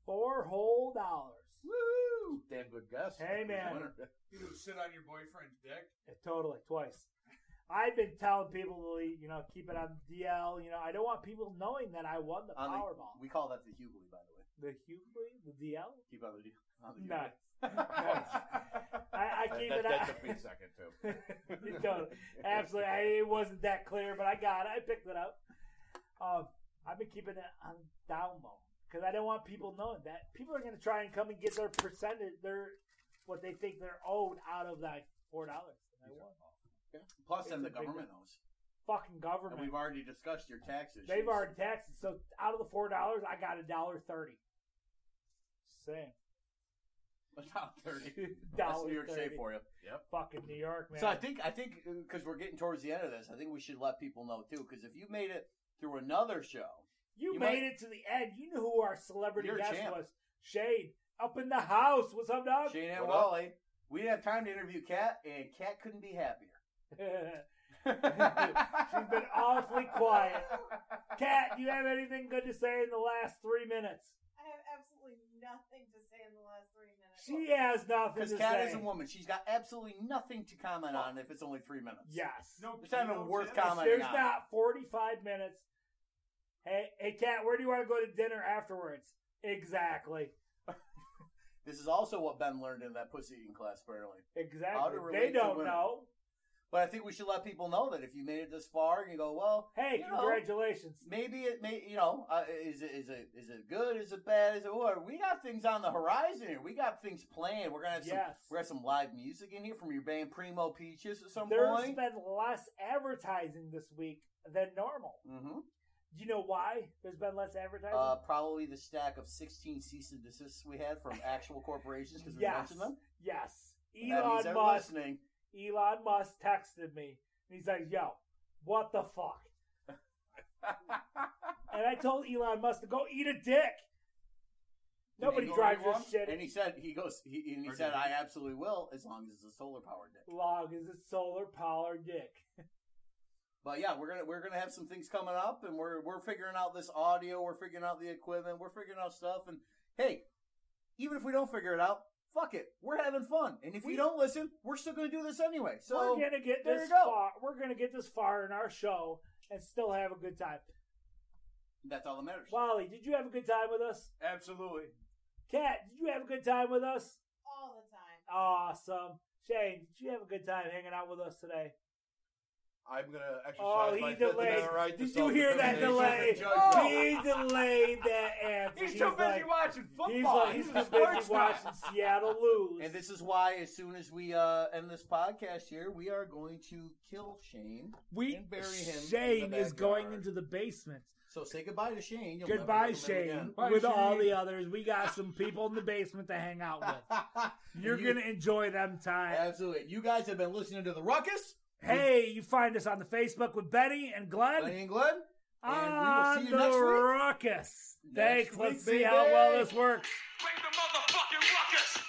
B: Four whole dollars.
D: Woo! <laughs> Damn good guess.
B: Hey, man.
E: You would sit on your boyfriend's dick.
B: <laughs> Yeah, totally, twice. I've been telling people to leave, you know keep it on DL. You know I don't want people knowing that I won the
C: On the-
B: Powerball.
C: We call that the Hughley, by the way.
B: The Hughley, the DL.
C: Keep on the deal. On the
B: Nice.
C: Hughley. <laughs>
B: I, I
D: That,
B: keep
D: that,
B: it.
D: that
B: on-
D: took me a second too.
B: <laughs> You don't. Absolutely. I, it wasn't that clear, but I got it. I picked it up. Um, I've been keeping it on down low because I don't want people knowing that. People are going to try and come and get their percentage, their what they think they're owed out of that $4. And I won.
C: Plus, then the
B: It's a big
C: government knows, and we've
B: Fucking government.
C: already discussed your taxes.
B: They've already taxed. it. So out of the $4, I got a dollar thirty. Same.
C: thirty. <laughs> That's
B: Dollar
C: New York State
B: thirty.
C: for you.
B: Fucking New York, man.
C: So I think I think because we're getting towards the end of this, I think we should let people know too. Because if you made it through another show,
B: You,
C: You
B: made it to the end. You knew who our celebrity
C: You're a
B: guest
C: champ.
B: was. Shade up in the house. What's up, dog? <laughs>
C: Shane and
D: What up?
C: Wally, we didn't have time to interview Kat, and Kat couldn't be <laughs> happier.
B: She's been awfully
C: <laughs>
B: quiet. Kat, do you have anything good to say in the last three minutes?
F: I have absolutely nothing to say in the last three minutes.
B: She has nothing
C: Because
B: to
C: Kat
B: say.
C: is a woman. She's got absolutely nothing to comment on if it's only three minutes.
B: Yes.
C: It's not even
E: keynotes
C: worth
E: in it.
C: commenting.
B: If There's
C: on.
B: not 45 minutes. Hey, hey, Kat, where do you want to go to dinner afterwards? Exactly.
C: This is also what Ben learned in that pussy eating class, apparently. How
B: Exactly.
C: to relate
B: They
C: to
B: don't
C: women.
B: know.
C: But I think we should let people know that if you made it this far, you go, well,
B: Hey,
C: You know.
B: congratulations.
C: maybe it may, you know, uh, is it is it is it good? Is it bad? Is it what? We got things on the horizon here. We got things planned. We're gonna have some.
B: Yes.
C: We're gonna have some live music in here from your band Primo Peaches at some
B: There's
C: point.
B: been less advertising this week than normal.
C: hmm
B: Do you know why there's been less advertising?
C: Uh, probably the stack of 16 cease and desists we had from actual corporations because we
B: Yes.
C: mentioned them.
B: yes.
C: that means
B: Elon
C: they're
B: Musk
C: listening.
B: Elon Musk texted me and he's like, yo, what the
C: <laughs>
B: fuck? and I told Elon Musk to go eat a dick. Nobody
E: go
B: drives
E: where he
B: this shit
C: And he said he goes. He, and he
E: Or
C: said,
E: did he?
C: "I absolutely will, as long as it's a solar powered day."
B: long as it's solar powered dick.
C: But yeah, we're gonna we're gonna have some things coming up, and we're we're figuring out this audio, we're figuring out the equipment, we're figuring out stuff, and hey, even if we don't figure it out, fuck it, we're having fun, and if
B: We-
C: you don't listen, we're still gonna do this anyway. So
B: we're gonna get
C: there
B: this
C: you go.
B: far. We're gonna get this far in our show and still have a good time.
C: that's all that matters.
B: Wally, did you have a good time with us?
E: Absolutely.
B: Kat, did you have a good time with us?
F: all the time.
B: Awesome. Shane, did you have a good time hanging out with us today?
D: I'm gonna exercise
B: Oh, he
D: my Fifth
B: delayed.
D: Amendment right. to
B: Did you hear that delay? Oh,
D: self-determination.
B: He delayed that answer.
E: He's, too busy
B: like,
E: watching football.
B: He's like he's too busy watching Seattle lose.
C: And this is why, as soon as we uh, end this podcast here, we are going to kill Shane.
B: we
C: and bury him in the
B: Shane is going
C: backyard.
B: into the basement.
C: So say goodbye to Shane. You'll never
B: Goodbye,
C: hear from him
B: Shane.
C: again.
E: Bye,
B: With all
E: Shane.
B: the others, we got some people in the basement to hang out with. You're
C: You-
B: gonna enjoy them time.
C: <laughs> Absolutely. You guys have been listening to the ruckus.
B: Hey, you find us on the Facebook with Benny and Glenn
C: Lenny and Glenn.
B: on
C: And we will see you
B: the
C: next week.
B: ruckus. Thanks.
C: Next
B: Let's
C: week,
B: see how
C: baby.
B: well this works.
A: Bring the motherfucking ruckus.